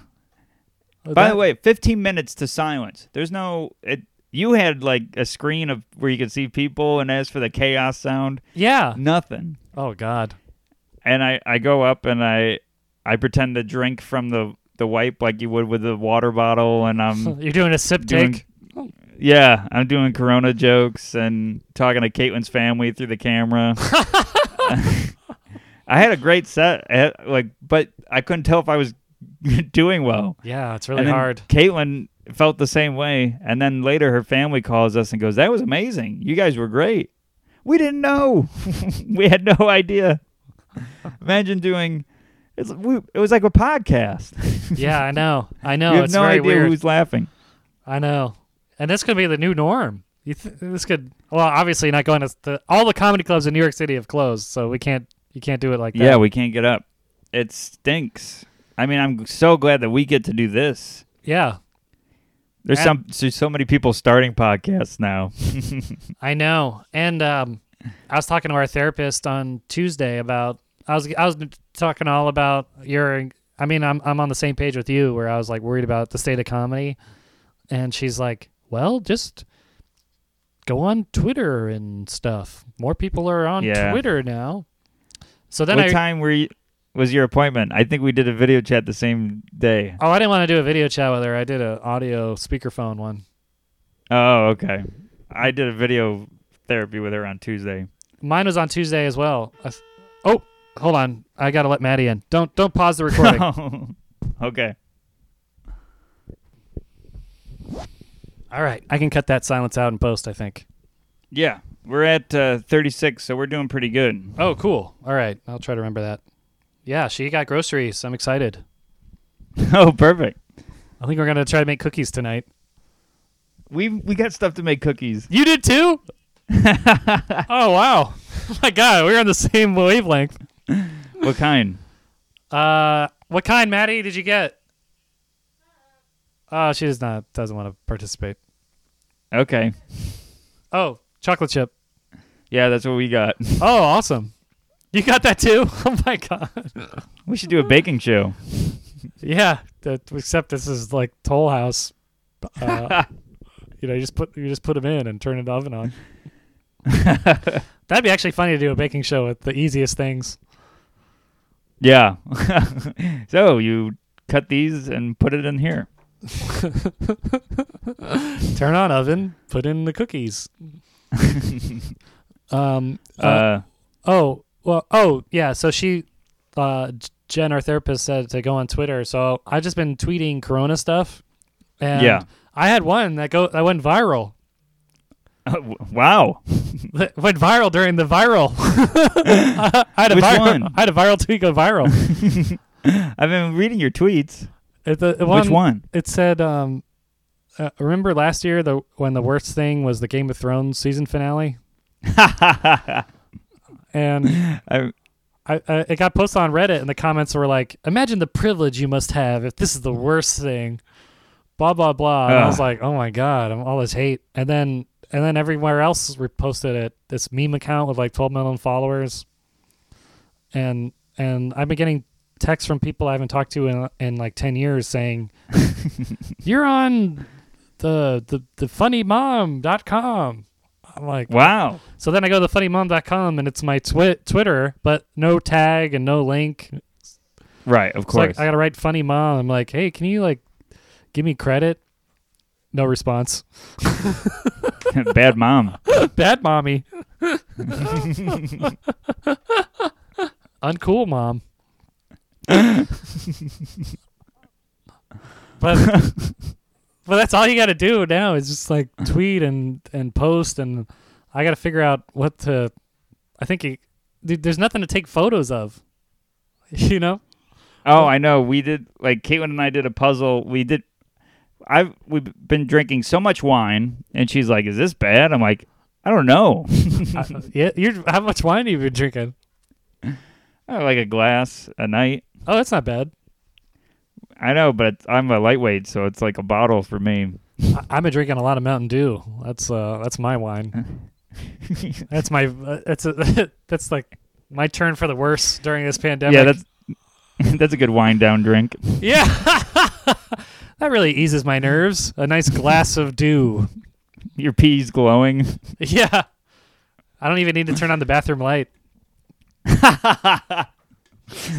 S1: Oh,
S2: By
S1: that-
S2: the way, 15 minutes to silence. There's no. It, you had like a screen of where you could see people, and as for the chaos sound,
S1: yeah.
S2: nothing.
S1: Oh God.
S2: And I I go up and I I pretend to drink from the the wipe like you would with the water bottle, and I'm
S1: You're doing a sip
S2: Mm. doing-
S1: take.
S2: Yeah, I'm doing Corona jokes and talking to Caitlin's family through the camera. I had a great set, I had, like, but I couldn't tell if I was doing well.
S1: Yeah, it's really
S2: and then
S1: hard.
S2: Caitlin felt the same way, and then later her family calls us and goes, "That was amazing. You guys were great. We didn't know. we had no idea. Imagine doing." It's, we, it was like a podcast.
S1: yeah, I know. I know.
S2: you have
S1: it's
S2: no
S1: very
S2: idea
S1: weird.
S2: who's laughing.
S1: I know. And this could be the new norm. You th- this could well, obviously not going to the, all the comedy clubs in New York City have closed, so we can't you can't do it like that.
S2: Yeah, we can't get up. It stinks. I mean, I'm so glad that we get to do this.
S1: yeah.
S2: There's
S1: And-
S2: some there's so many people starting podcasts now.
S1: I know. And um, I was talking to our therapist on Tuesday about I was I was talking all about your I mean I'm I'm on the same page with you where I was like worried about the state of comedy, and she's like, well, just go on Twitter and stuff. More people are on
S2: Yeah.
S1: Twitter now. So then
S2: what
S1: I
S2: time were you, was your appointment? I think we did a video chat the same day.
S1: Oh, I didn't want to do a video chat with her. I did an audio speakerphone one.
S2: Oh, okay. I did a video therapy with her on Tuesday.
S1: Mine was on Tuesday as well. I th- oh, hold on. I gotta let Maddie in. Don't don't pause the recording.
S2: okay.
S1: All right, I can cut that silence out and post. I think.
S2: Yeah, we're at uh, 36, so we're doing pretty good.
S1: Oh, cool. All right, I'll try to remember that. Yeah, she got groceries. I'm excited.
S2: oh, perfect.
S1: I think we're gonna try to make cookies tonight.
S2: We we got stuff to make cookies.
S1: You did too. oh wow! My God, we're on the same wavelength.
S2: what kind?
S1: Uh, what kind, Maddie? Did you get? Oh, she does not doesn't want to participate.
S2: Okay.
S1: Oh, chocolate chip.
S2: Yeah, that's what we got.
S1: Oh, awesome. You got that too? Oh my god.
S2: we should do a baking show.
S1: Yeah, that, except this is like Toll House. Uh, you know, you just put you just put them in and turn the oven on. That'd be actually funny to do a baking show with the easiest things.
S2: Yeah. so you cut these and put it in here.
S1: Turn on oven, put in the cookies. um
S2: Uh,
S1: uh, Oh, well, oh, yeah. So she, uh, J- Jen, our therapist, said to go on Twitter. So I've just been tweeting Corona stuff. And
S2: Yeah.
S1: I had one that go that went viral.
S2: w- wow.
S1: That went viral during the viral. I had a
S2: Which
S1: viral,
S2: one?
S1: I had a viral tweet go viral.
S2: I've been reading your tweets.
S1: It- the- the
S2: Which one?
S1: It said, um, uh, remember last year the when the worst thing was the Game of Thrones season finale,
S2: I,
S1: and I, I it got posted on Reddit, and the comments were like, "Imagine the privilege you must have if this is the worst thing." Blah blah blah. And I was
S2: Ugh.
S1: like, "Oh my god, I'm all this hate." And then and then everywhere else reposted it. This meme account with like 12 million followers, and and I've been getting texts from people I haven't talked to in in like 10 years saying, "You're on the the the funnymom.com." I'm like,
S2: Wow.
S1: so then I go to funnymom.com and it's my twi- Twitter, but no tag and no link.
S2: Right. Of
S1: So I, I
S2: course.
S1: gotta write funny mom. I'm like, hey, can you like give me credit? No response.
S2: Bad mom.
S1: Bad mommy. Uncool mom. but but that's all you got to do now is just like tweet and and post and I got to figure out what to. I think it, dude, there's nothing to take photos of. You know,
S2: Oh, I know. We did like Caitlin and I did a puzzle. We did. I've we've been drinking so much wine, and she's like, "Is this bad?" I'm like, "I don't know."
S1: I, yeah. You're how much wine have you been drinking?
S2: I like a glass a night.
S1: Oh, that's not bad.
S2: I know, but it's- I'm a lightweight, so it's like a bottle for me.
S1: I, I've been drinking a lot of Mountain Dew. That's uh, that's my wine. That's my. Uh, that's a. that's like my turn for the worse during this pandemic.
S2: yeah, that's that's a good wind down drink.
S1: yeah. that really eases my nerves. A nice glass of dew.
S2: Your pee's glowing.
S1: Yeah. I don't even need to turn on the bathroom light.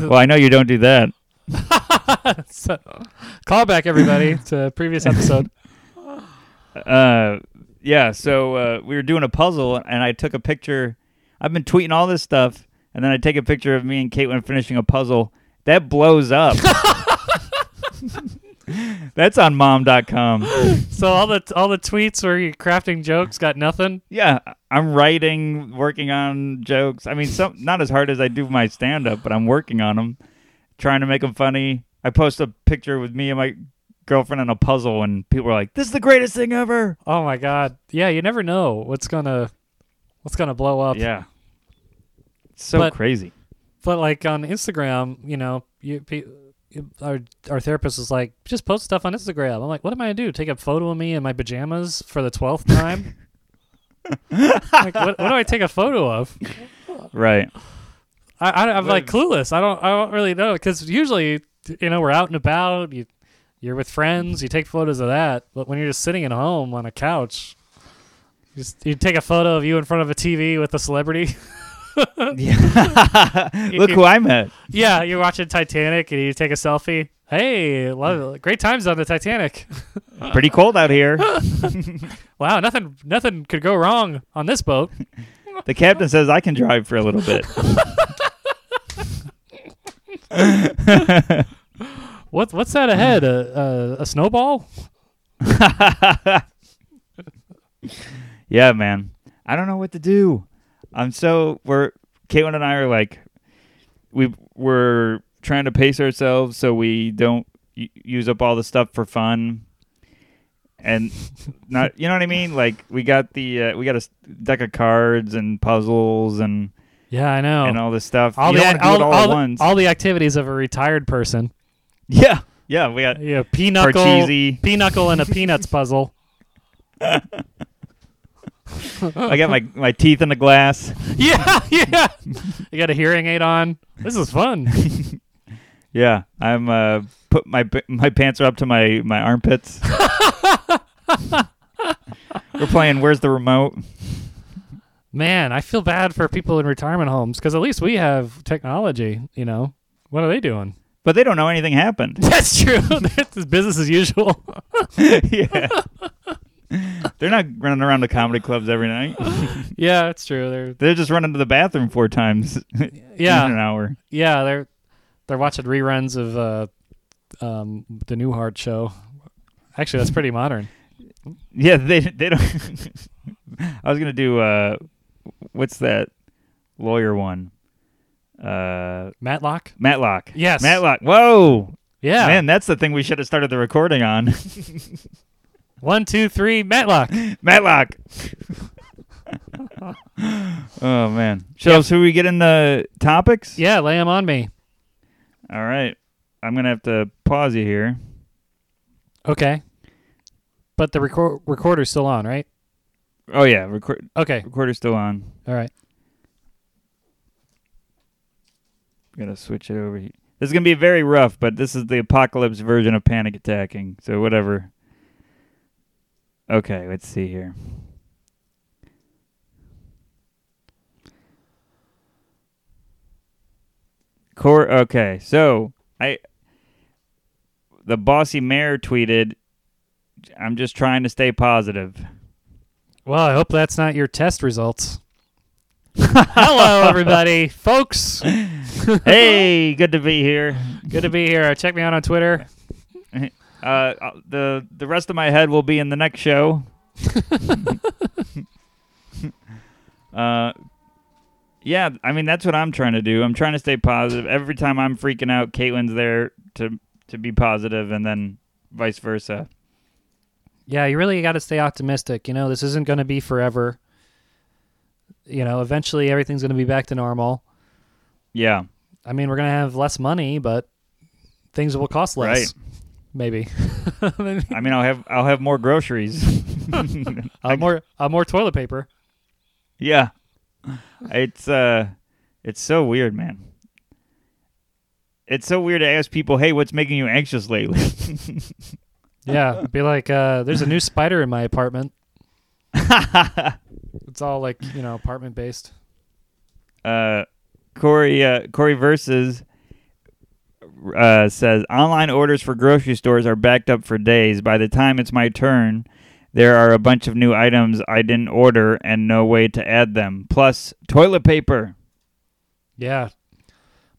S2: Well, I know you don't do that.
S1: So, call back everybody to previous episode.
S2: Uh, yeah. So uh, we were doing a puzzle, and I took a picture. I've been tweeting all this stuff, and then I take a picture of me and Caitlin finishing a puzzle. That blows up. That's on mom.com.
S1: So all the all the tweets where you're crafting jokes got nothing.
S2: Yeah, I'm writing, working on jokes. I mean, some not as hard as I do my stand up, but I'm working on them, trying to make them funny. I post a picture with me and my girlfriend on a puzzle, and people are like, "This is the greatest thing ever."
S1: Oh my god. Yeah, you never know what's gonna what's gonna blow up.
S2: Yeah, so
S1: But-
S2: crazy.
S1: but like on Instagram, you know, you pe- our our therapist was like, just post stuff on Instagram. I'm like, what am I gonna do? Take a photo of me in my pajamas for the twelfth time? like, what, what do I take a photo of?
S2: Right.
S1: I, I I'm like
S2: Lives.
S1: clueless. I don't I don't really know because usually you know we're out and about. You you're with friends. You take photos of that. But when you're just sitting at home on a couch. you Just, you take a photo of you in front of a TV with a celebrity.
S2: Yeah. Look who I met.
S1: yeah, you're watching Titanic and you take a selfie. Hey, love, great times on the Titanic.
S2: Pretty cold out here.
S1: Wow, nothing nothing could go wrong on this boat.
S2: The captain says I can drive for a little bit.
S1: What what's that ahead? A a, a snowball?
S2: yeah, man. I don't know what to do. I'm so we're Caitlin and I are like we we're trying to pace ourselves so we don't y- use up all the stuff for fun. And not you know what I mean? Like we got the uh, we got a s- deck of cards and puzzles and
S1: Yeah, I know.
S2: and all this stuff.
S1: all
S2: you
S1: the
S2: don't
S1: ac-
S2: wanna do it all, at
S1: the-
S2: once.
S1: all the activities of a retired person.
S2: yeah, yeah. We got
S1: Yeah, pinochle,
S2: Parcheesi.
S1: pinochle, and a peanuts puzzle.
S2: I got my my teeth in the glass.
S1: yeah, yeah. You got a hearing aid on. This is fun.
S2: Yeah, I'm uh put my p- my pants are up to my my armpits. We're playing Where's the Remote?
S1: Man, I feel bad for people in retirement homes because at least we have technology. You know, what are they doing?
S2: But they don't know anything happened.
S1: That's true. It's business as usual.
S2: yeah. They're not running around to comedy clubs every night.
S1: yeah, it's true. They're
S2: They're just running to the bathroom four times in an
S1: yeah,
S2: hour.
S1: yeah. They're they're watching reruns of uh, um, the Newhart show. Actually, that's pretty modern.
S2: Yeah, they they don't I was going to do uh what's that lawyer one? Uh
S1: Matlock.
S2: Matlock.
S1: Yes.
S2: Matlock. Whoa.
S1: Yeah.
S2: Man, that's the thing we should have started the recording on.
S1: One, two, three. Matlock.
S2: Matlock. oh man. So should we get into topics?
S1: Yeah, lay 'em on me.
S2: All right. I'm gonna have to pause you here.
S1: Okay. But the record recorder's still on, right?
S2: Oh yeah, record
S1: Okay.
S2: recorder's still on.
S1: All right.
S2: Gotta switch it over. here. This is gonna be very rough, but this is the apocalypse version of panic attacking. So whatever. Okay, let's see here. Core. Okay, so I, the bossy mayor tweeted, "I'm just trying to stay positive."
S1: Well, I hope that's not your test results. Hello, everybody, folks.
S2: hey, good to be here.
S1: Good to be here. Check me out on Twitter.
S2: Uh, the the rest of my head will be in the next show. uh, yeah, I mean that's what I'm trying to do. I'm trying to stay positive. Every time I'm freaking out, Caitlin's there to to be positive, and then vice versa.
S1: Yeah, you really got to stay optimistic. You know, this isn't going to be forever. You know, eventually everything's going to be back to normal.
S2: Yeah,
S1: I mean, we're going to have less money, but things will cost less.
S2: Right.
S1: Maybe.
S2: I mean I'll have I'll have more groceries.
S1: uh, more uh, more toilet paper.
S2: yeah, it's uh, it's so weird, man. It's so weird to ask people, "Hey, what's making you anxious lately?"
S1: Yeah, be like, uh, there's a new spider in my apartment. it's all like you know, apartment based.
S2: uh, Corey uh, Corey versus uh, says online orders for grocery stores are backed up for days. By the time it's my turn, there are a bunch of new items I didn't order and no way to add them. Plus toilet paper.
S1: Yeah,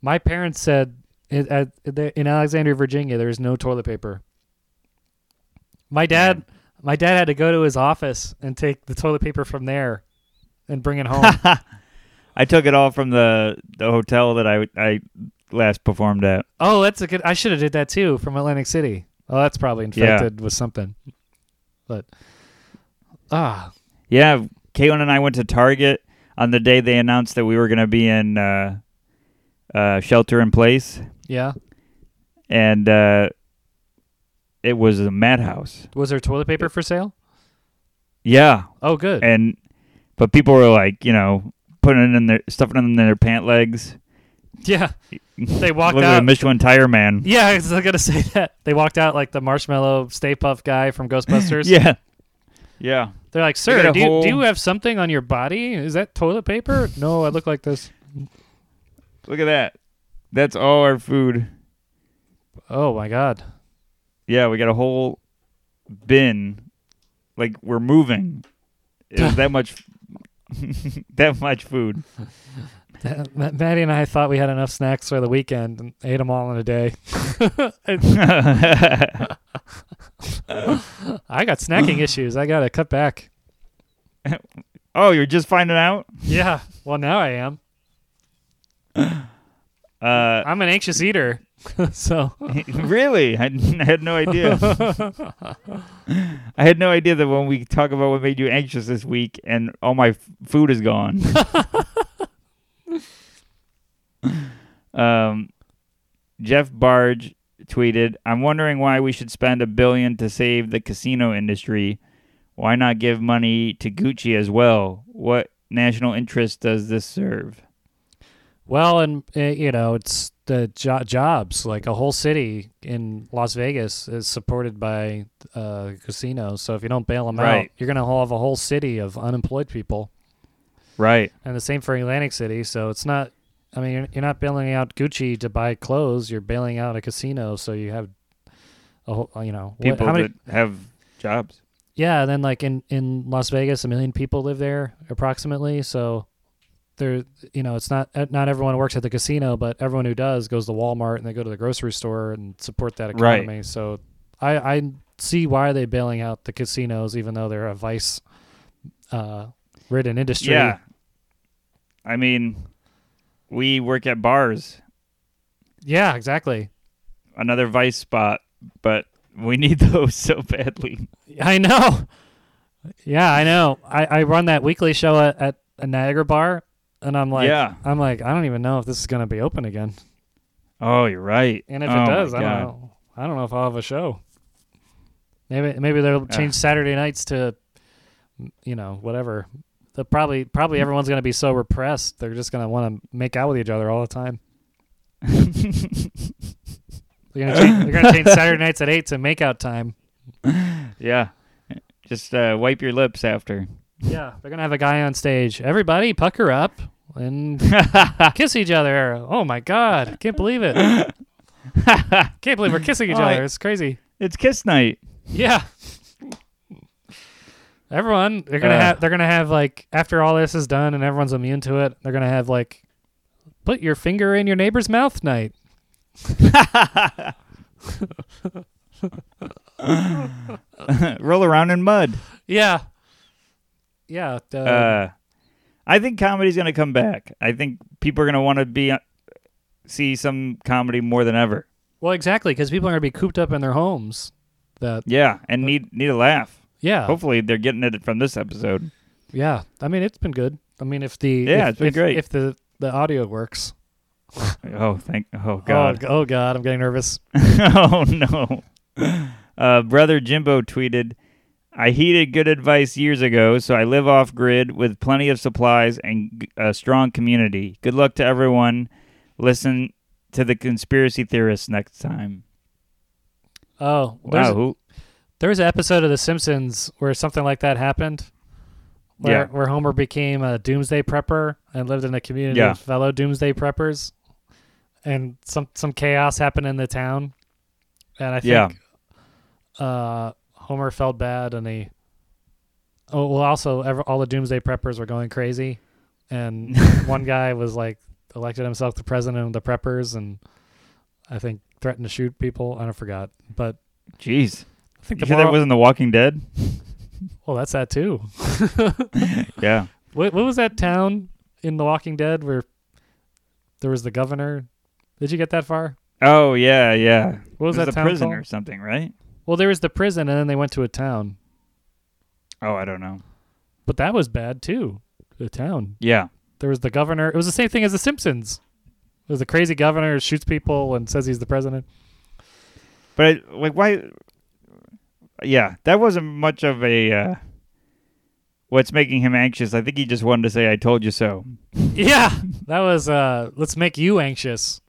S1: my parents said it, at, the- in Alexandria, Virginia, there is no toilet paper. My
S2: Mm.
S1: dad, my dad had to go to his office and take the toilet paper from there, and bring it home.
S2: I took it all from the the hotel that I I last performed at.
S1: oh, that's a good. I should have did that too from Atlantic City. Oh, that's probably
S2: Yeah.
S1: infected with something. But ah,
S2: Yeah, Caitlin and I went to Target on the day they announced that we were going to be in uh, uh, shelter in place,
S1: yeah.
S2: and uh, it was a madhouse.
S1: Was there toilet paper for sale?
S2: Yeah,
S1: Oh, good.
S2: and but people were like, you know, putting it in their stuffing it in their pant legs.
S1: Yeah, they walked
S2: Look like a
S1: out.
S2: Michelin tire man.
S1: Yeah, I was gonna say that they walked out like the marshmallow Stay Puff guy from Ghostbusters.
S2: Yeah, yeah.
S1: they're like,
S2: got
S1: "Sir,
S2: a
S1: do you,
S2: whole-
S1: do you have something on your body? Is that toilet paper? no, I look like this.
S2: Look at that. That's all our food.
S1: Oh my god.
S2: Yeah, we got a whole bin. Like we're moving. It was that much. that much food.
S1: That- Ma- Maddie and I thought we had enough snacks for the weekend and ate them all in a day. It's- I got snacking issues. I gotta cut back.
S2: oh, you're just finding out.
S1: Yeah. Well, now I am.
S2: Uh,
S1: I'm an anxious eater, so
S2: really? I, I had no idea. I had no idea that when we talk about what made you anxious this week and all my f- food is gone. um, Jeff Barge tweeted I'm wondering why we should spend a billion to save the casino industry. Why not give money to Gucci as well? What national interest does this serve?
S1: Well, and uh, you know, it's the jo- jobs. Like a whole city in Las Vegas is supported by uh, casinos. So if you don't bail them out,
S2: Right.
S1: you're gonna have a whole city of unemployed people,
S2: Right.
S1: and the same for Atlantic City. So it's not. I mean, you're, you're not bailing out Gucci to buy clothes. You're bailing out a casino, so you have a whole. You know, what-
S2: People
S1: how many,
S2: that have jobs.
S1: yeah, and then like in in Las Vegas, a million people live there approximately. So there, you know, it's not uh, not everyone works at the casino, but everyone who does goes to Walmart and they go to the grocery store and support that
S2: Right.
S1: economy. So I I see why they bailing out the casinos, even though they're a vice uh, ridden industry.
S2: Yeah. I mean, we work at bars,
S1: yeah, exactly.
S2: another vice spot, but we need those so badly.
S1: I know. Yeah, I know. I, I run that weekly show at, at a Niagara Bar, and I'm like,
S2: Yeah.
S1: I'm like, I don't even know if this is gonna be open again.
S2: Oh, you're right.
S1: And if
S2: Oh, my
S1: it does, I
S2: God.
S1: don't know. I don't know if I'll have a show. Maybe maybe they'll change Saturday nights to you know, whatever. The probably probably everyone's gonna be so repressed they're just gonna want to make out with each other all the time. They're gonna change, they're gonna change Saturday nights at eight to makeout time.
S2: yeah. Just uh, wipe your lips after.
S1: Yeah, they're gonna have a guy on stage. Everybody, pucker up and kiss each other. Oh my god, I can't believe it. Can't believe we're kissing each
S2: Oh, I-
S1: other. It's crazy.
S2: it's kiss night.
S1: Yeah. Everyone, they're gonna
S2: Uh.
S1: have they're gonna have like after all this is done and everyone's immune to it, they're gonna have like put your finger in your neighbor's mouth night.
S2: Roll around in mud.
S1: Yeah. Yeah. Uh,
S2: Uh, I think comedy's going to come back. I think people are going to want to be uh, see some comedy more than ever.
S1: well, exactly, because people are gonna be cooped up in their homes. That
S2: Yeah, and need need a laugh.
S1: yeah,
S2: Hopefully, they're getting it from this episode.
S1: yeah. I mean, it's been good. I mean, if the
S2: Yeah,
S1: if,
S2: it's been
S1: if-
S2: great.
S1: If the the audio works.
S2: Oh, thank. Oh,
S1: Oh,
S2: God.
S1: g- oh God, I'm getting nervous.
S2: oh no. Uh, brother Jimbo tweeted, "I heeded good advice years ago, so I live off grid with plenty of supplies and a strong community. Good luck to everyone. Listen to the conspiracy theorists next time."
S1: Oh, there's,
S2: Wow. Who,
S1: There was an episode of The Simpsons where something like that happened. Where,
S2: Yeah.
S1: where Homer became a doomsday prepper and lived in a community
S2: Yeah.
S1: of fellow doomsday preppers, and some some chaos happened in the town, and I
S2: Yeah.
S1: think uh, Homer felt bad, and he oh well also ever, all the doomsday preppers were going crazy, and one guy was like elected himself the president of the preppers, and I think threatened to shoot people. I don't forgot, but
S2: jeez.
S1: I think the
S2: You sure that
S1: moral-
S2: wasn't The Walking Dead?
S1: well that's that too.
S2: Yeah.
S1: What, what was that town in The Walking Dead where there was the governor? Did you get that far?
S2: Oh yeah, yeah.
S1: What was
S2: it was
S1: that
S2: a
S1: town
S2: prison
S1: called?
S2: or something, right?
S1: Well, there was the prison, and then they went to a town,
S2: Oh, I don't know.
S1: but that was bad too. The town.
S2: Yeah.
S1: There was the governor. It was the same thing as The Simpsons. It was the crazy governor who shoots people and says he's the president.
S2: But I, like, why? Yeah, that wasn't much of a. Uh, what's making him anxious? I think he just wanted to say, "I told you so."
S1: yeah, that was. uh Let's make you anxious.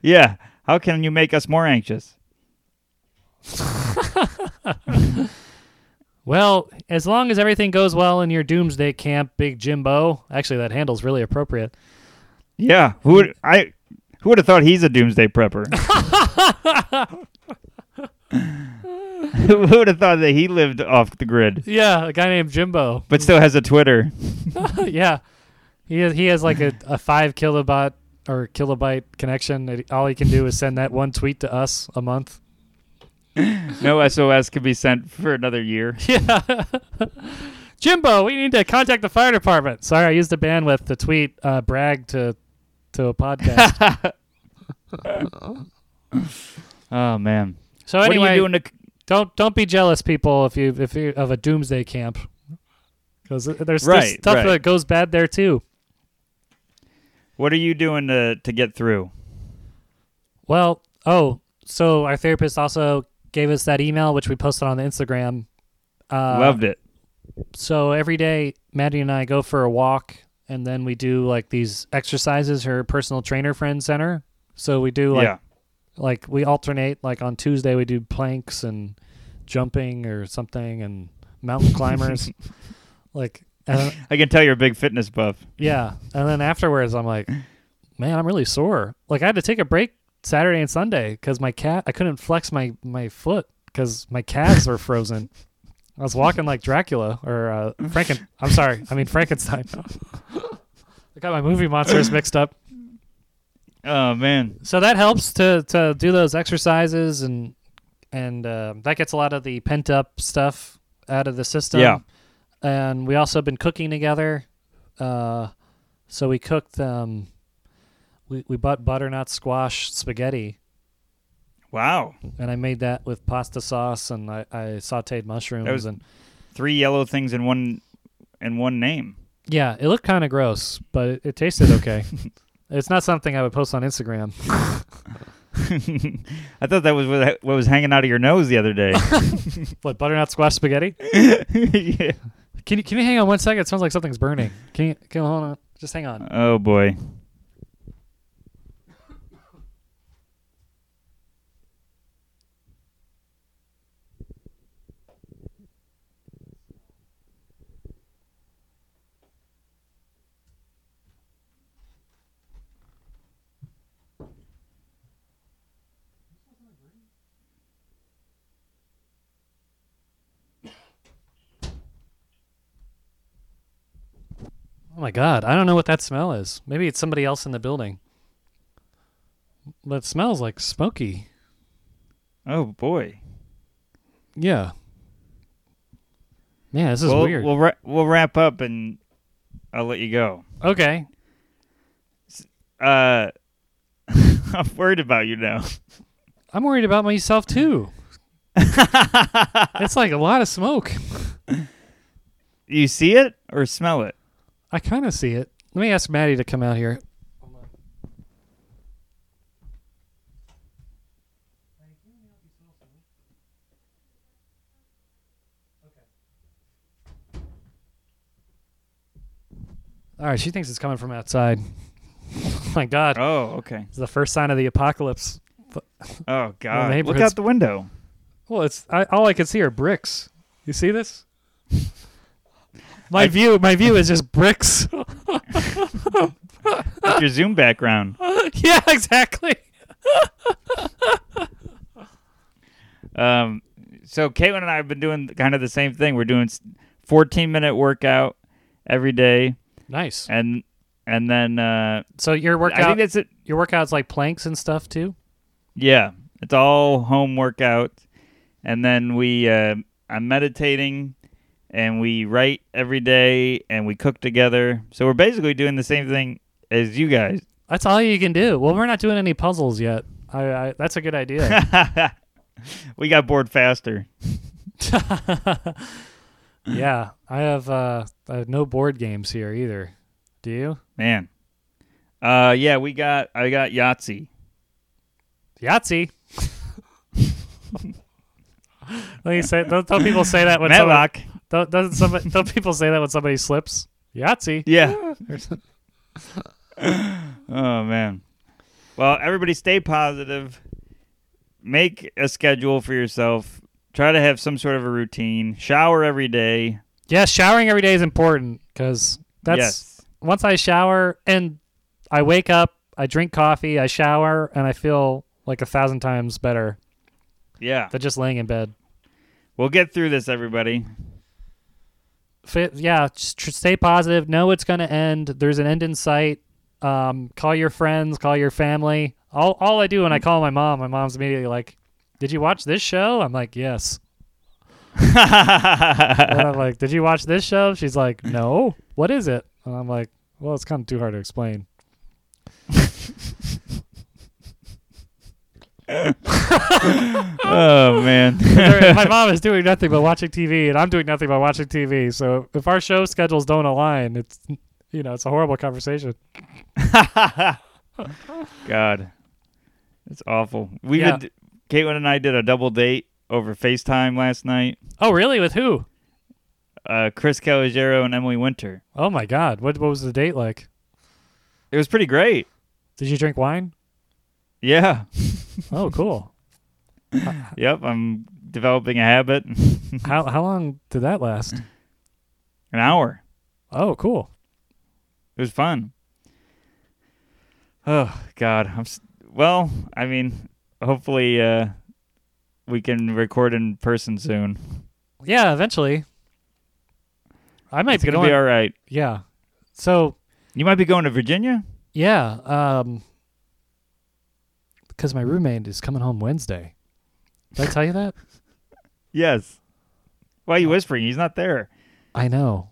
S2: yeah. How can you make us more anxious?
S1: Well, as long as everything goes well in your doomsday camp, Big Jimbo. Actually, that handle's really appropriate.
S2: Yeah. Who would I? Who would have thought he's a doomsday prepper? who would have thought that he lived off the grid,
S1: Yeah, a guy named Jimbo.
S2: but still has a Twitter?
S1: yeah, he has, he has like a, a five kilobot or kilobyte connection. that All he can do is send that one tweet to us a month.
S2: No SOS could be sent for another year.
S1: Yeah, Jimbo, we need to contact the fire department. Sorry, I used the bandwidth to tweet uh, brag to to a podcast.
S2: Oh man.
S1: so
S2: what are
S1: anyway,
S2: you doing to
S1: don't don't be jealous, people. If you if you of a doomsday camp, because there's, there's
S2: Right,
S1: stuff
S2: right.
S1: that goes bad there too.
S2: What are you doing to to get through?
S1: Well, oh, so our therapist also gave us that email which we posted on the Instagram. Uh,
S2: Loved it.
S1: so every day maddie and i go for a walk and then we do like these exercises her personal trainer friend center so we do like
S2: yeah.
S1: like we alternate like on tuesday we do planks and jumping or something and mountain climbers like and,
S2: I can tell you're a big fitness buff.
S1: yeah and then afterwards i'm like man i'm really sore like i had to take a break saturday and sunday because my cat i couldn't flex my my foot because my calves were frozen i was walking like dracula or uh franken i'm sorry i mean frankenstein i got my movie monsters mixed up
S2: Oh man.
S1: so that helps to to do those exercises and and uh, that gets a lot of the pent up stuff out of the system
S2: Yeah.
S1: and we also been cooking together. Uh, so we cooked. Um, we we bought butternut squash spaghetti,
S2: Wow.
S1: and I made that with pasta sauce, and I, I sautéed mushrooms,
S2: was-
S1: and
S2: Three yellow things in one in one name.
S1: yeah, it looked kind of gross, but it, it tasted okay. it's not something I would post on Instagram.
S2: I thought that was what what was hanging out of your nose the other day.
S1: What butternut squash spaghetti?
S2: yeah.
S1: Can you can you hang on one second? It sounds like something's burning. Can you can hold on? Just hang on.
S2: Oh boy.
S1: Oh my god, I don't know what that smell is. Maybe it's somebody else in the building. But it smells like smoky.
S2: Oh boy.
S1: Yeah. Yeah, this is
S2: we'll,
S1: weird.
S2: We'll ra- we'll wrap up and I'll let you go.
S1: okay.
S2: Uh, I'm worried about you now.
S1: I'm worried about myself too. it's like a lot of smoke.
S2: You see it or smell it?
S1: I kind of see it. Let me ask Maddie to come out here. All right, she thinks it's coming from outside. oh my God,
S2: Oh, okay.
S1: it's the first sign of the apocalypse.
S2: Oh
S1: the
S2: God! Look
S1: neighborhood's-
S2: out the window.
S1: Well, it's I, all I can see are bricks. You see this? My
S2: I-
S1: view, my view is just bricks.
S2: It's your Zoom background.
S1: yeah, exactly.
S2: Um, so Caitlin and I have been doing kind of the same thing. We're doing s- 14 minute workout every day,
S1: Nice.
S2: and and then uh,
S1: So your
S2: I think
S1: workout,
S2: that's it.
S1: your workouts like planks and stuff too.
S2: Yeah, it's all home workout, and then we uh, I'm meditating, and we write every day, and we cook together. So we're basically doing the same thing as you guys.
S1: That's all you can do. Well, we're not doing any puzzles yet. I, I that's a good idea.
S2: we got bored faster.
S1: yeah, I have uh, I have no board games here either. Do you?
S2: Man. Uh yeah, we got I got Yahtzee.
S1: Yahtzee. Let me say. Don't, don't people say that when somebody,
S2: Matlock.
S1: don't, doesn't somebody, don't people say that when somebody slips? Yahtzee.
S2: Yeah. oh man. Well, everybody stay positive. Make a schedule for yourself. Try to have some sort of a routine. Shower every day.
S1: Yeah, showering every day is important because that's
S2: yes.
S1: once I shower and I wake up, I drink coffee, I shower, and I feel like a thousand times better
S2: Yeah.
S1: than just laying in bed.
S2: We'll get through this everybody.
S1: Fi yeah, just tr- stay positive. Know it's going to end. There's an end in sight. Um, call your friends, call your family. All, all I do when I call my mom, my mom's immediately like, Did you watch this show? I'm like, Yes. And I'm like, Did you watch this show? She's like, No. What is it? And I'm like, Well, it's kind of too hard to explain.
S2: oh man.
S1: There- my mom is doing nothing but watching TV, and I'm doing nothing but watching TV. So if our show schedules don't align, it's you know it's a horrible conversation.
S2: God, it's awful. We
S1: Yeah.
S2: did. Caitlin and I did a double date over FaceTime last night.
S1: Oh really? With who?
S2: Uh, Chris Calogero and Emily Winter.
S1: Oh my God! What what was the date like?
S2: It was pretty great.
S1: Did you drink wine?
S2: Yeah.
S1: Oh cool.
S2: Yep. I'm developing a habit.
S1: how how long did that last?
S2: An hour.
S1: Oh cool.
S2: It was fun. Oh God. I'm. s well, I mean, hopefully, uh, we can record in person soon.
S1: Yeah, eventually. I might
S2: It's
S1: be
S2: gonna
S1: going.
S2: be all right.
S1: yeah. So
S2: You might be going to Virginia.
S1: yeah, um, because my roommate is coming home Wednesday. Did I tell you that?
S2: Yes. Why are you whispering? He's not there.
S1: I know.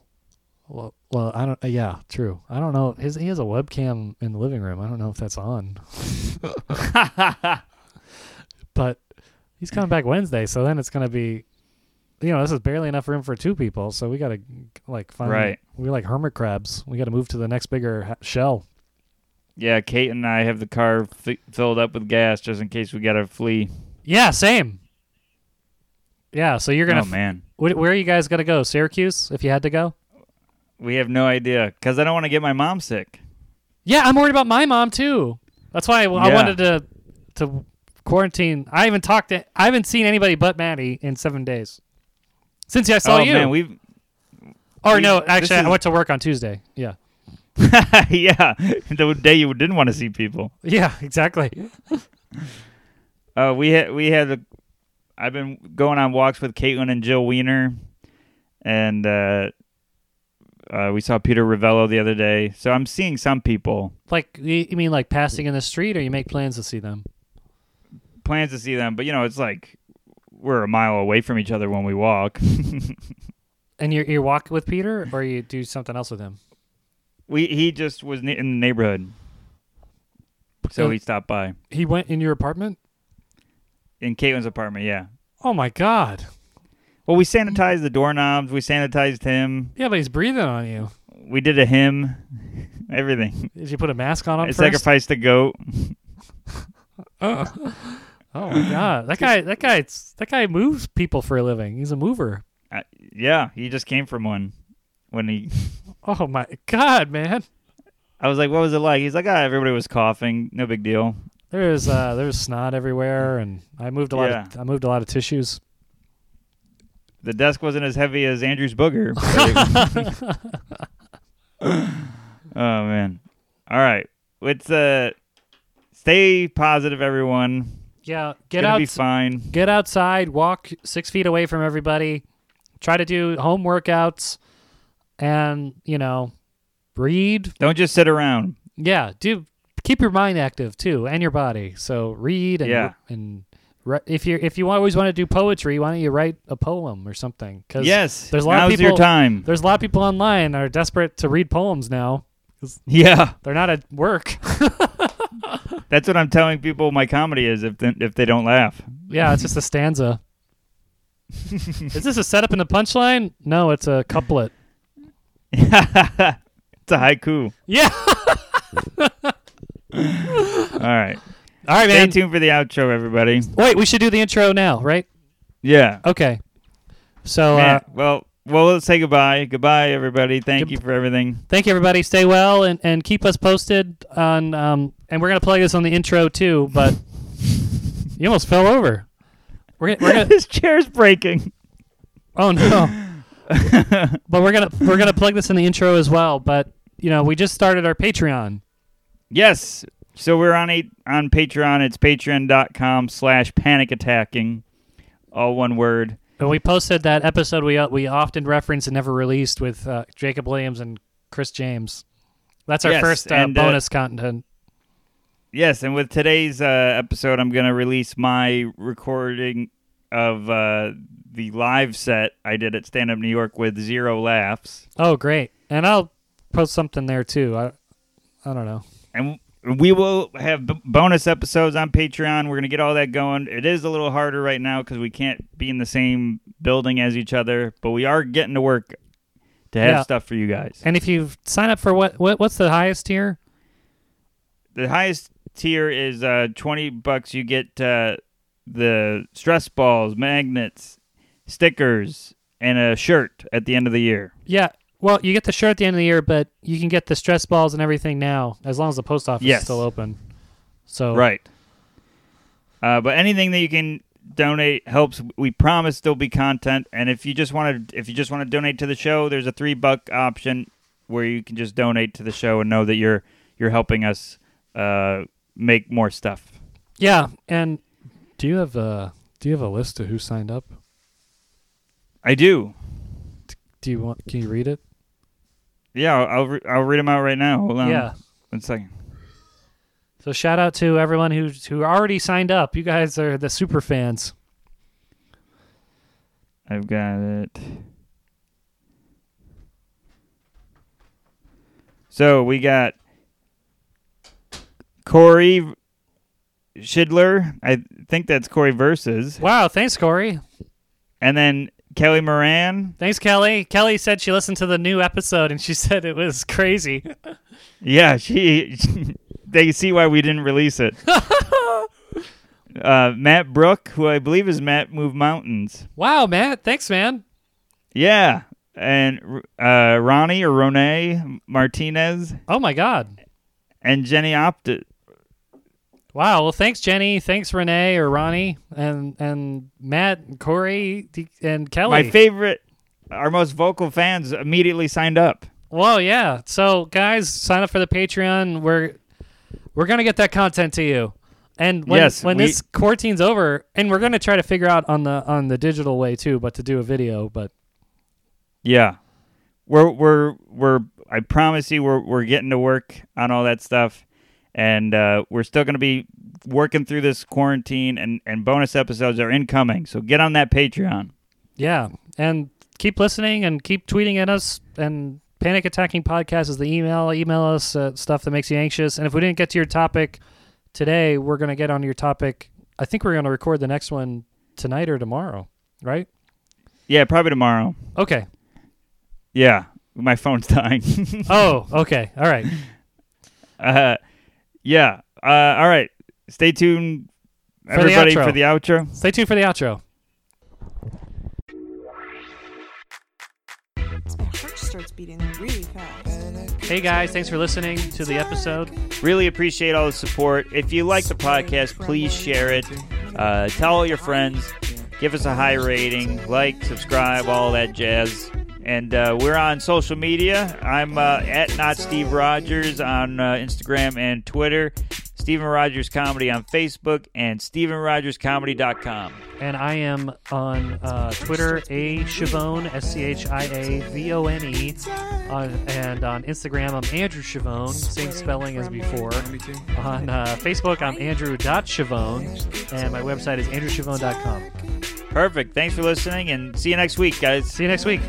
S1: Well, well, I don't. Uh, yeah, true. I don't know. His he has a webcam in the living room. I don't know if that's on, but he's coming back Wednesday, so then it's gonna be, you know, this is barely enough room for two people. So we gotta like find.
S2: Right.
S1: We're like hermit crabs. We gotta move to the next bigger ha- shell.
S2: yeah, Kate and I have the car f- filled up with gas just in case we gotta flee.
S1: Yeah, same. Yeah, so you're gonna.
S2: oh man,
S1: wh- where are you guys gonna go? Syracuse, if you had to go.
S2: we have no idea because I don't want to get my mom sick.
S1: Yeah, I'm worried about my mom too. That's why I, I
S2: Yeah.
S1: wanted to to quarantine. I haven't talked to. I haven't seen anybody but Maddie in seven days. Since I saw
S2: oh
S1: you,
S2: man, we've
S1: or
S2: we-
S1: no,
S2: this
S1: actually, I
S2: is-
S1: went to work on Tuesday. Yeah,
S2: yeah the day you didn't want to see people.
S1: yeah, exactly.
S2: Uh, we had we had a, I've been going on walks with Caitlin and Jill Weiner, and uh, uh, we saw Peter Ravello the other day. So I'm seeing some people.
S1: Like you you mean like passing in the street, or you make plans to see them?
S2: Plans to see them, but you know it's like we're a mile away from each other when we walk.
S1: And you you walk with Peter, or you do something else with him.
S2: we he just was ne- in the neighborhood, so he stopped by
S1: He went in your apartment.
S2: in Caitlin's apartment. Yeah.
S1: Oh my god.
S2: Well, we sanitized the doorknobs. We sanitized him.
S1: Yeah, but he's breathing on you.
S2: We did a hymn. Everything.
S1: Did you put a mask on him
S2: I
S1: first?
S2: sacrificed a goat.
S1: oh. oh my god, that guy, that guy, that guy moves people for a living. He's a mover.
S2: Uh, yeah, he just came from one. When he,
S1: Oh my god, man.
S2: I was like, "What was it like?" He's like, "Ah, everybody was coughing. No big deal."
S1: There was uh, there was snot everywhere, and I moved a lot. Of, I moved a lot of tissues.
S2: The desk wasn't as heavy as Andrew's booger. but it- oh man! All right, let's uh, stay positive, everyone.
S1: Yeah,
S2: It's
S1: get
S2: gonna
S1: out,
S2: be fine.
S1: get outside, walk six feet away from everybody, try to do home workouts, and you know, read.
S2: Don't just sit around.
S1: Yeah, do keep your mind active too, and your body. So read and
S2: Yeah.
S1: and ri- if you if you always want to do poetry, why don't you write a poem or something? Because
S2: Yes,
S1: there's a lot of
S2: now's your
S1: people-
S2: time.
S1: there's a lot of people online that are desperate to read poems now.
S2: Yeah,
S1: They're not at work.
S2: that's what I'm telling people. My comedy is if they, if they don't laugh.
S1: Yeah, it's just a stanza. Is this a setup and a punchline? No, it's a couplet.
S2: it's a haiku.
S1: Yeah.
S2: All right.
S1: All right,
S2: Stay
S1: man.
S2: tuned for the outro, everybody.
S1: Wait, we should do the intro now, right?
S2: Yeah.
S1: Okay. So
S2: Man,
S1: uh,
S2: well, well, let's say goodbye. Goodbye, everybody. Thank
S1: Good-
S2: you for everything.
S1: thank you, everybody. Stay well and, and keep us posted on. Um, and we're gonna play this on the intro too. But you almost fell over. We're gonna, we're gonna,
S2: this chair's breaking.
S1: Oh no. but we're gonna we're gonna plug this in the intro as well. But you know, we just started our Patreon.
S2: Yes. So we're on a, on Patreon. It's patreon.com slash panic attacking. All one word.
S1: And we posted that episode we uh, we often reference and never released with uh, Jacob Williams and Chris James. That's our
S2: Yes,
S1: first uh,
S2: and, uh,
S1: bonus content.
S2: Yes, and with today's uh, episode, I'm going to release my recording of uh, the live set I did at Stand Up New York with zero laughs.
S1: Oh, great! And I'll post something there too. I I don't know.
S2: and we will have b- bonus episodes on Patreon. We're going to get all that going. It is a little harder right now because we can't be in the same building as each other, but we are getting to work to have
S1: Yeah.
S2: stuff for you guys.
S1: And if you sign up for what, what what's the highest tier?
S2: The highest tier is uh, 20 bucks. You get uh, the stress balls, magnets, stickers, and a shirt at the end of the year.
S1: Yeah. Well, you get the shirt at the end of the year, but you can get the stress balls and everything now, as long as the post office
S2: Yes.
S1: is still open. So
S2: Right. Uh, but anything that you can donate helps. We promise there'll be content, and if you just want to, if you just want to donate to the show, there's a three buck option where you can just donate to the show and know that you're you're helping us uh, make more stuff.
S1: Yeah, and do you have a do you have a list of who signed up?
S2: I do.
S1: Do you want? Can you read it?
S2: Yeah, I'll I'll, re- I'll read them out right now. Hold on.
S1: yeah.
S2: One second.
S1: So shout out to everyone who who already signed up. You guys are the super fans.
S2: I've got it. So we got Corey Schidler. I think that's Corey versus,
S1: Wow, thanks Corey.
S2: and then Kelly Moran.
S1: Thanks Kelly. Kelly said she listened to the new episode and she said it was crazy.
S2: Yeah, she. they see why we didn't release it. Uh, Matt Brook, who I believe is Matt Move Mountains.
S1: Wow, Matt. Thanks, man.
S2: Yeah. And uh, Ronnie or Rone Martinez
S1: Oh my God.
S2: and Jenny Optit.
S1: Wow. Well, thanks, Jenny. Thanks, Renee or Ronnie, and and Matt, and Corey, D- and Kelly.
S2: My favorite, our most vocal fans immediately signed up.
S1: Whoa, yeah. So guys, sign up for the Patreon. We're we're gonna get that content to you. And when
S2: Yes,
S1: when
S2: we-
S1: this quarantine's over, and we're gonna try to figure out on the on the digital way too, but to do a video. But
S2: Yeah. We're we're we're I promise you we're we're getting to work on all that stuff and uh, we're still going to be working through this quarantine and and bonus episodes are incoming. So get on that Patreon.
S1: yeah, and keep listening and keep tweeting at us. And Panic Attacking Podcast is the email. Email us uh, stuff that makes you anxious. And if we didn't get to your topic today, we're gonna get on your topic. I think we're gonna record the next one tonight or tomorrow, right?
S2: Yeah, probably tomorrow.
S1: Okay.
S2: Yeah. My phone's dying.
S1: Oh, okay. All right.
S2: uh, yeah. Uh, all right. Stay tuned
S1: the
S2: everybody
S1: outro.
S2: for the outro.
S1: Stay tuned for the outro.
S3: My heart starts beating really fast.
S1: Hey guys, thanks for listening to the episode.
S2: Really appreciate all the support. If you like the podcast, please share it. Uh, tell all your friends. Give us a high rating. Like, subscribe, all that jazz. And uh, we're on social media. I'm uh, at not Steve Rogers on uh, Instagram and Twitter. Steven Rogers Comedy on Facebook and StevenRogersComedy.com.
S1: And I am on uh, Twitter, A Chavone, S C H I A V O N E. On, and on Instagram, I'm Andrew Chavone, same spelling as before. On uh, Facebook, I'm Andrew.Chavone. And my website is AndrewChavone.com.
S2: Perfect. Thanks for listening and see you next week, guys.
S1: See you next week.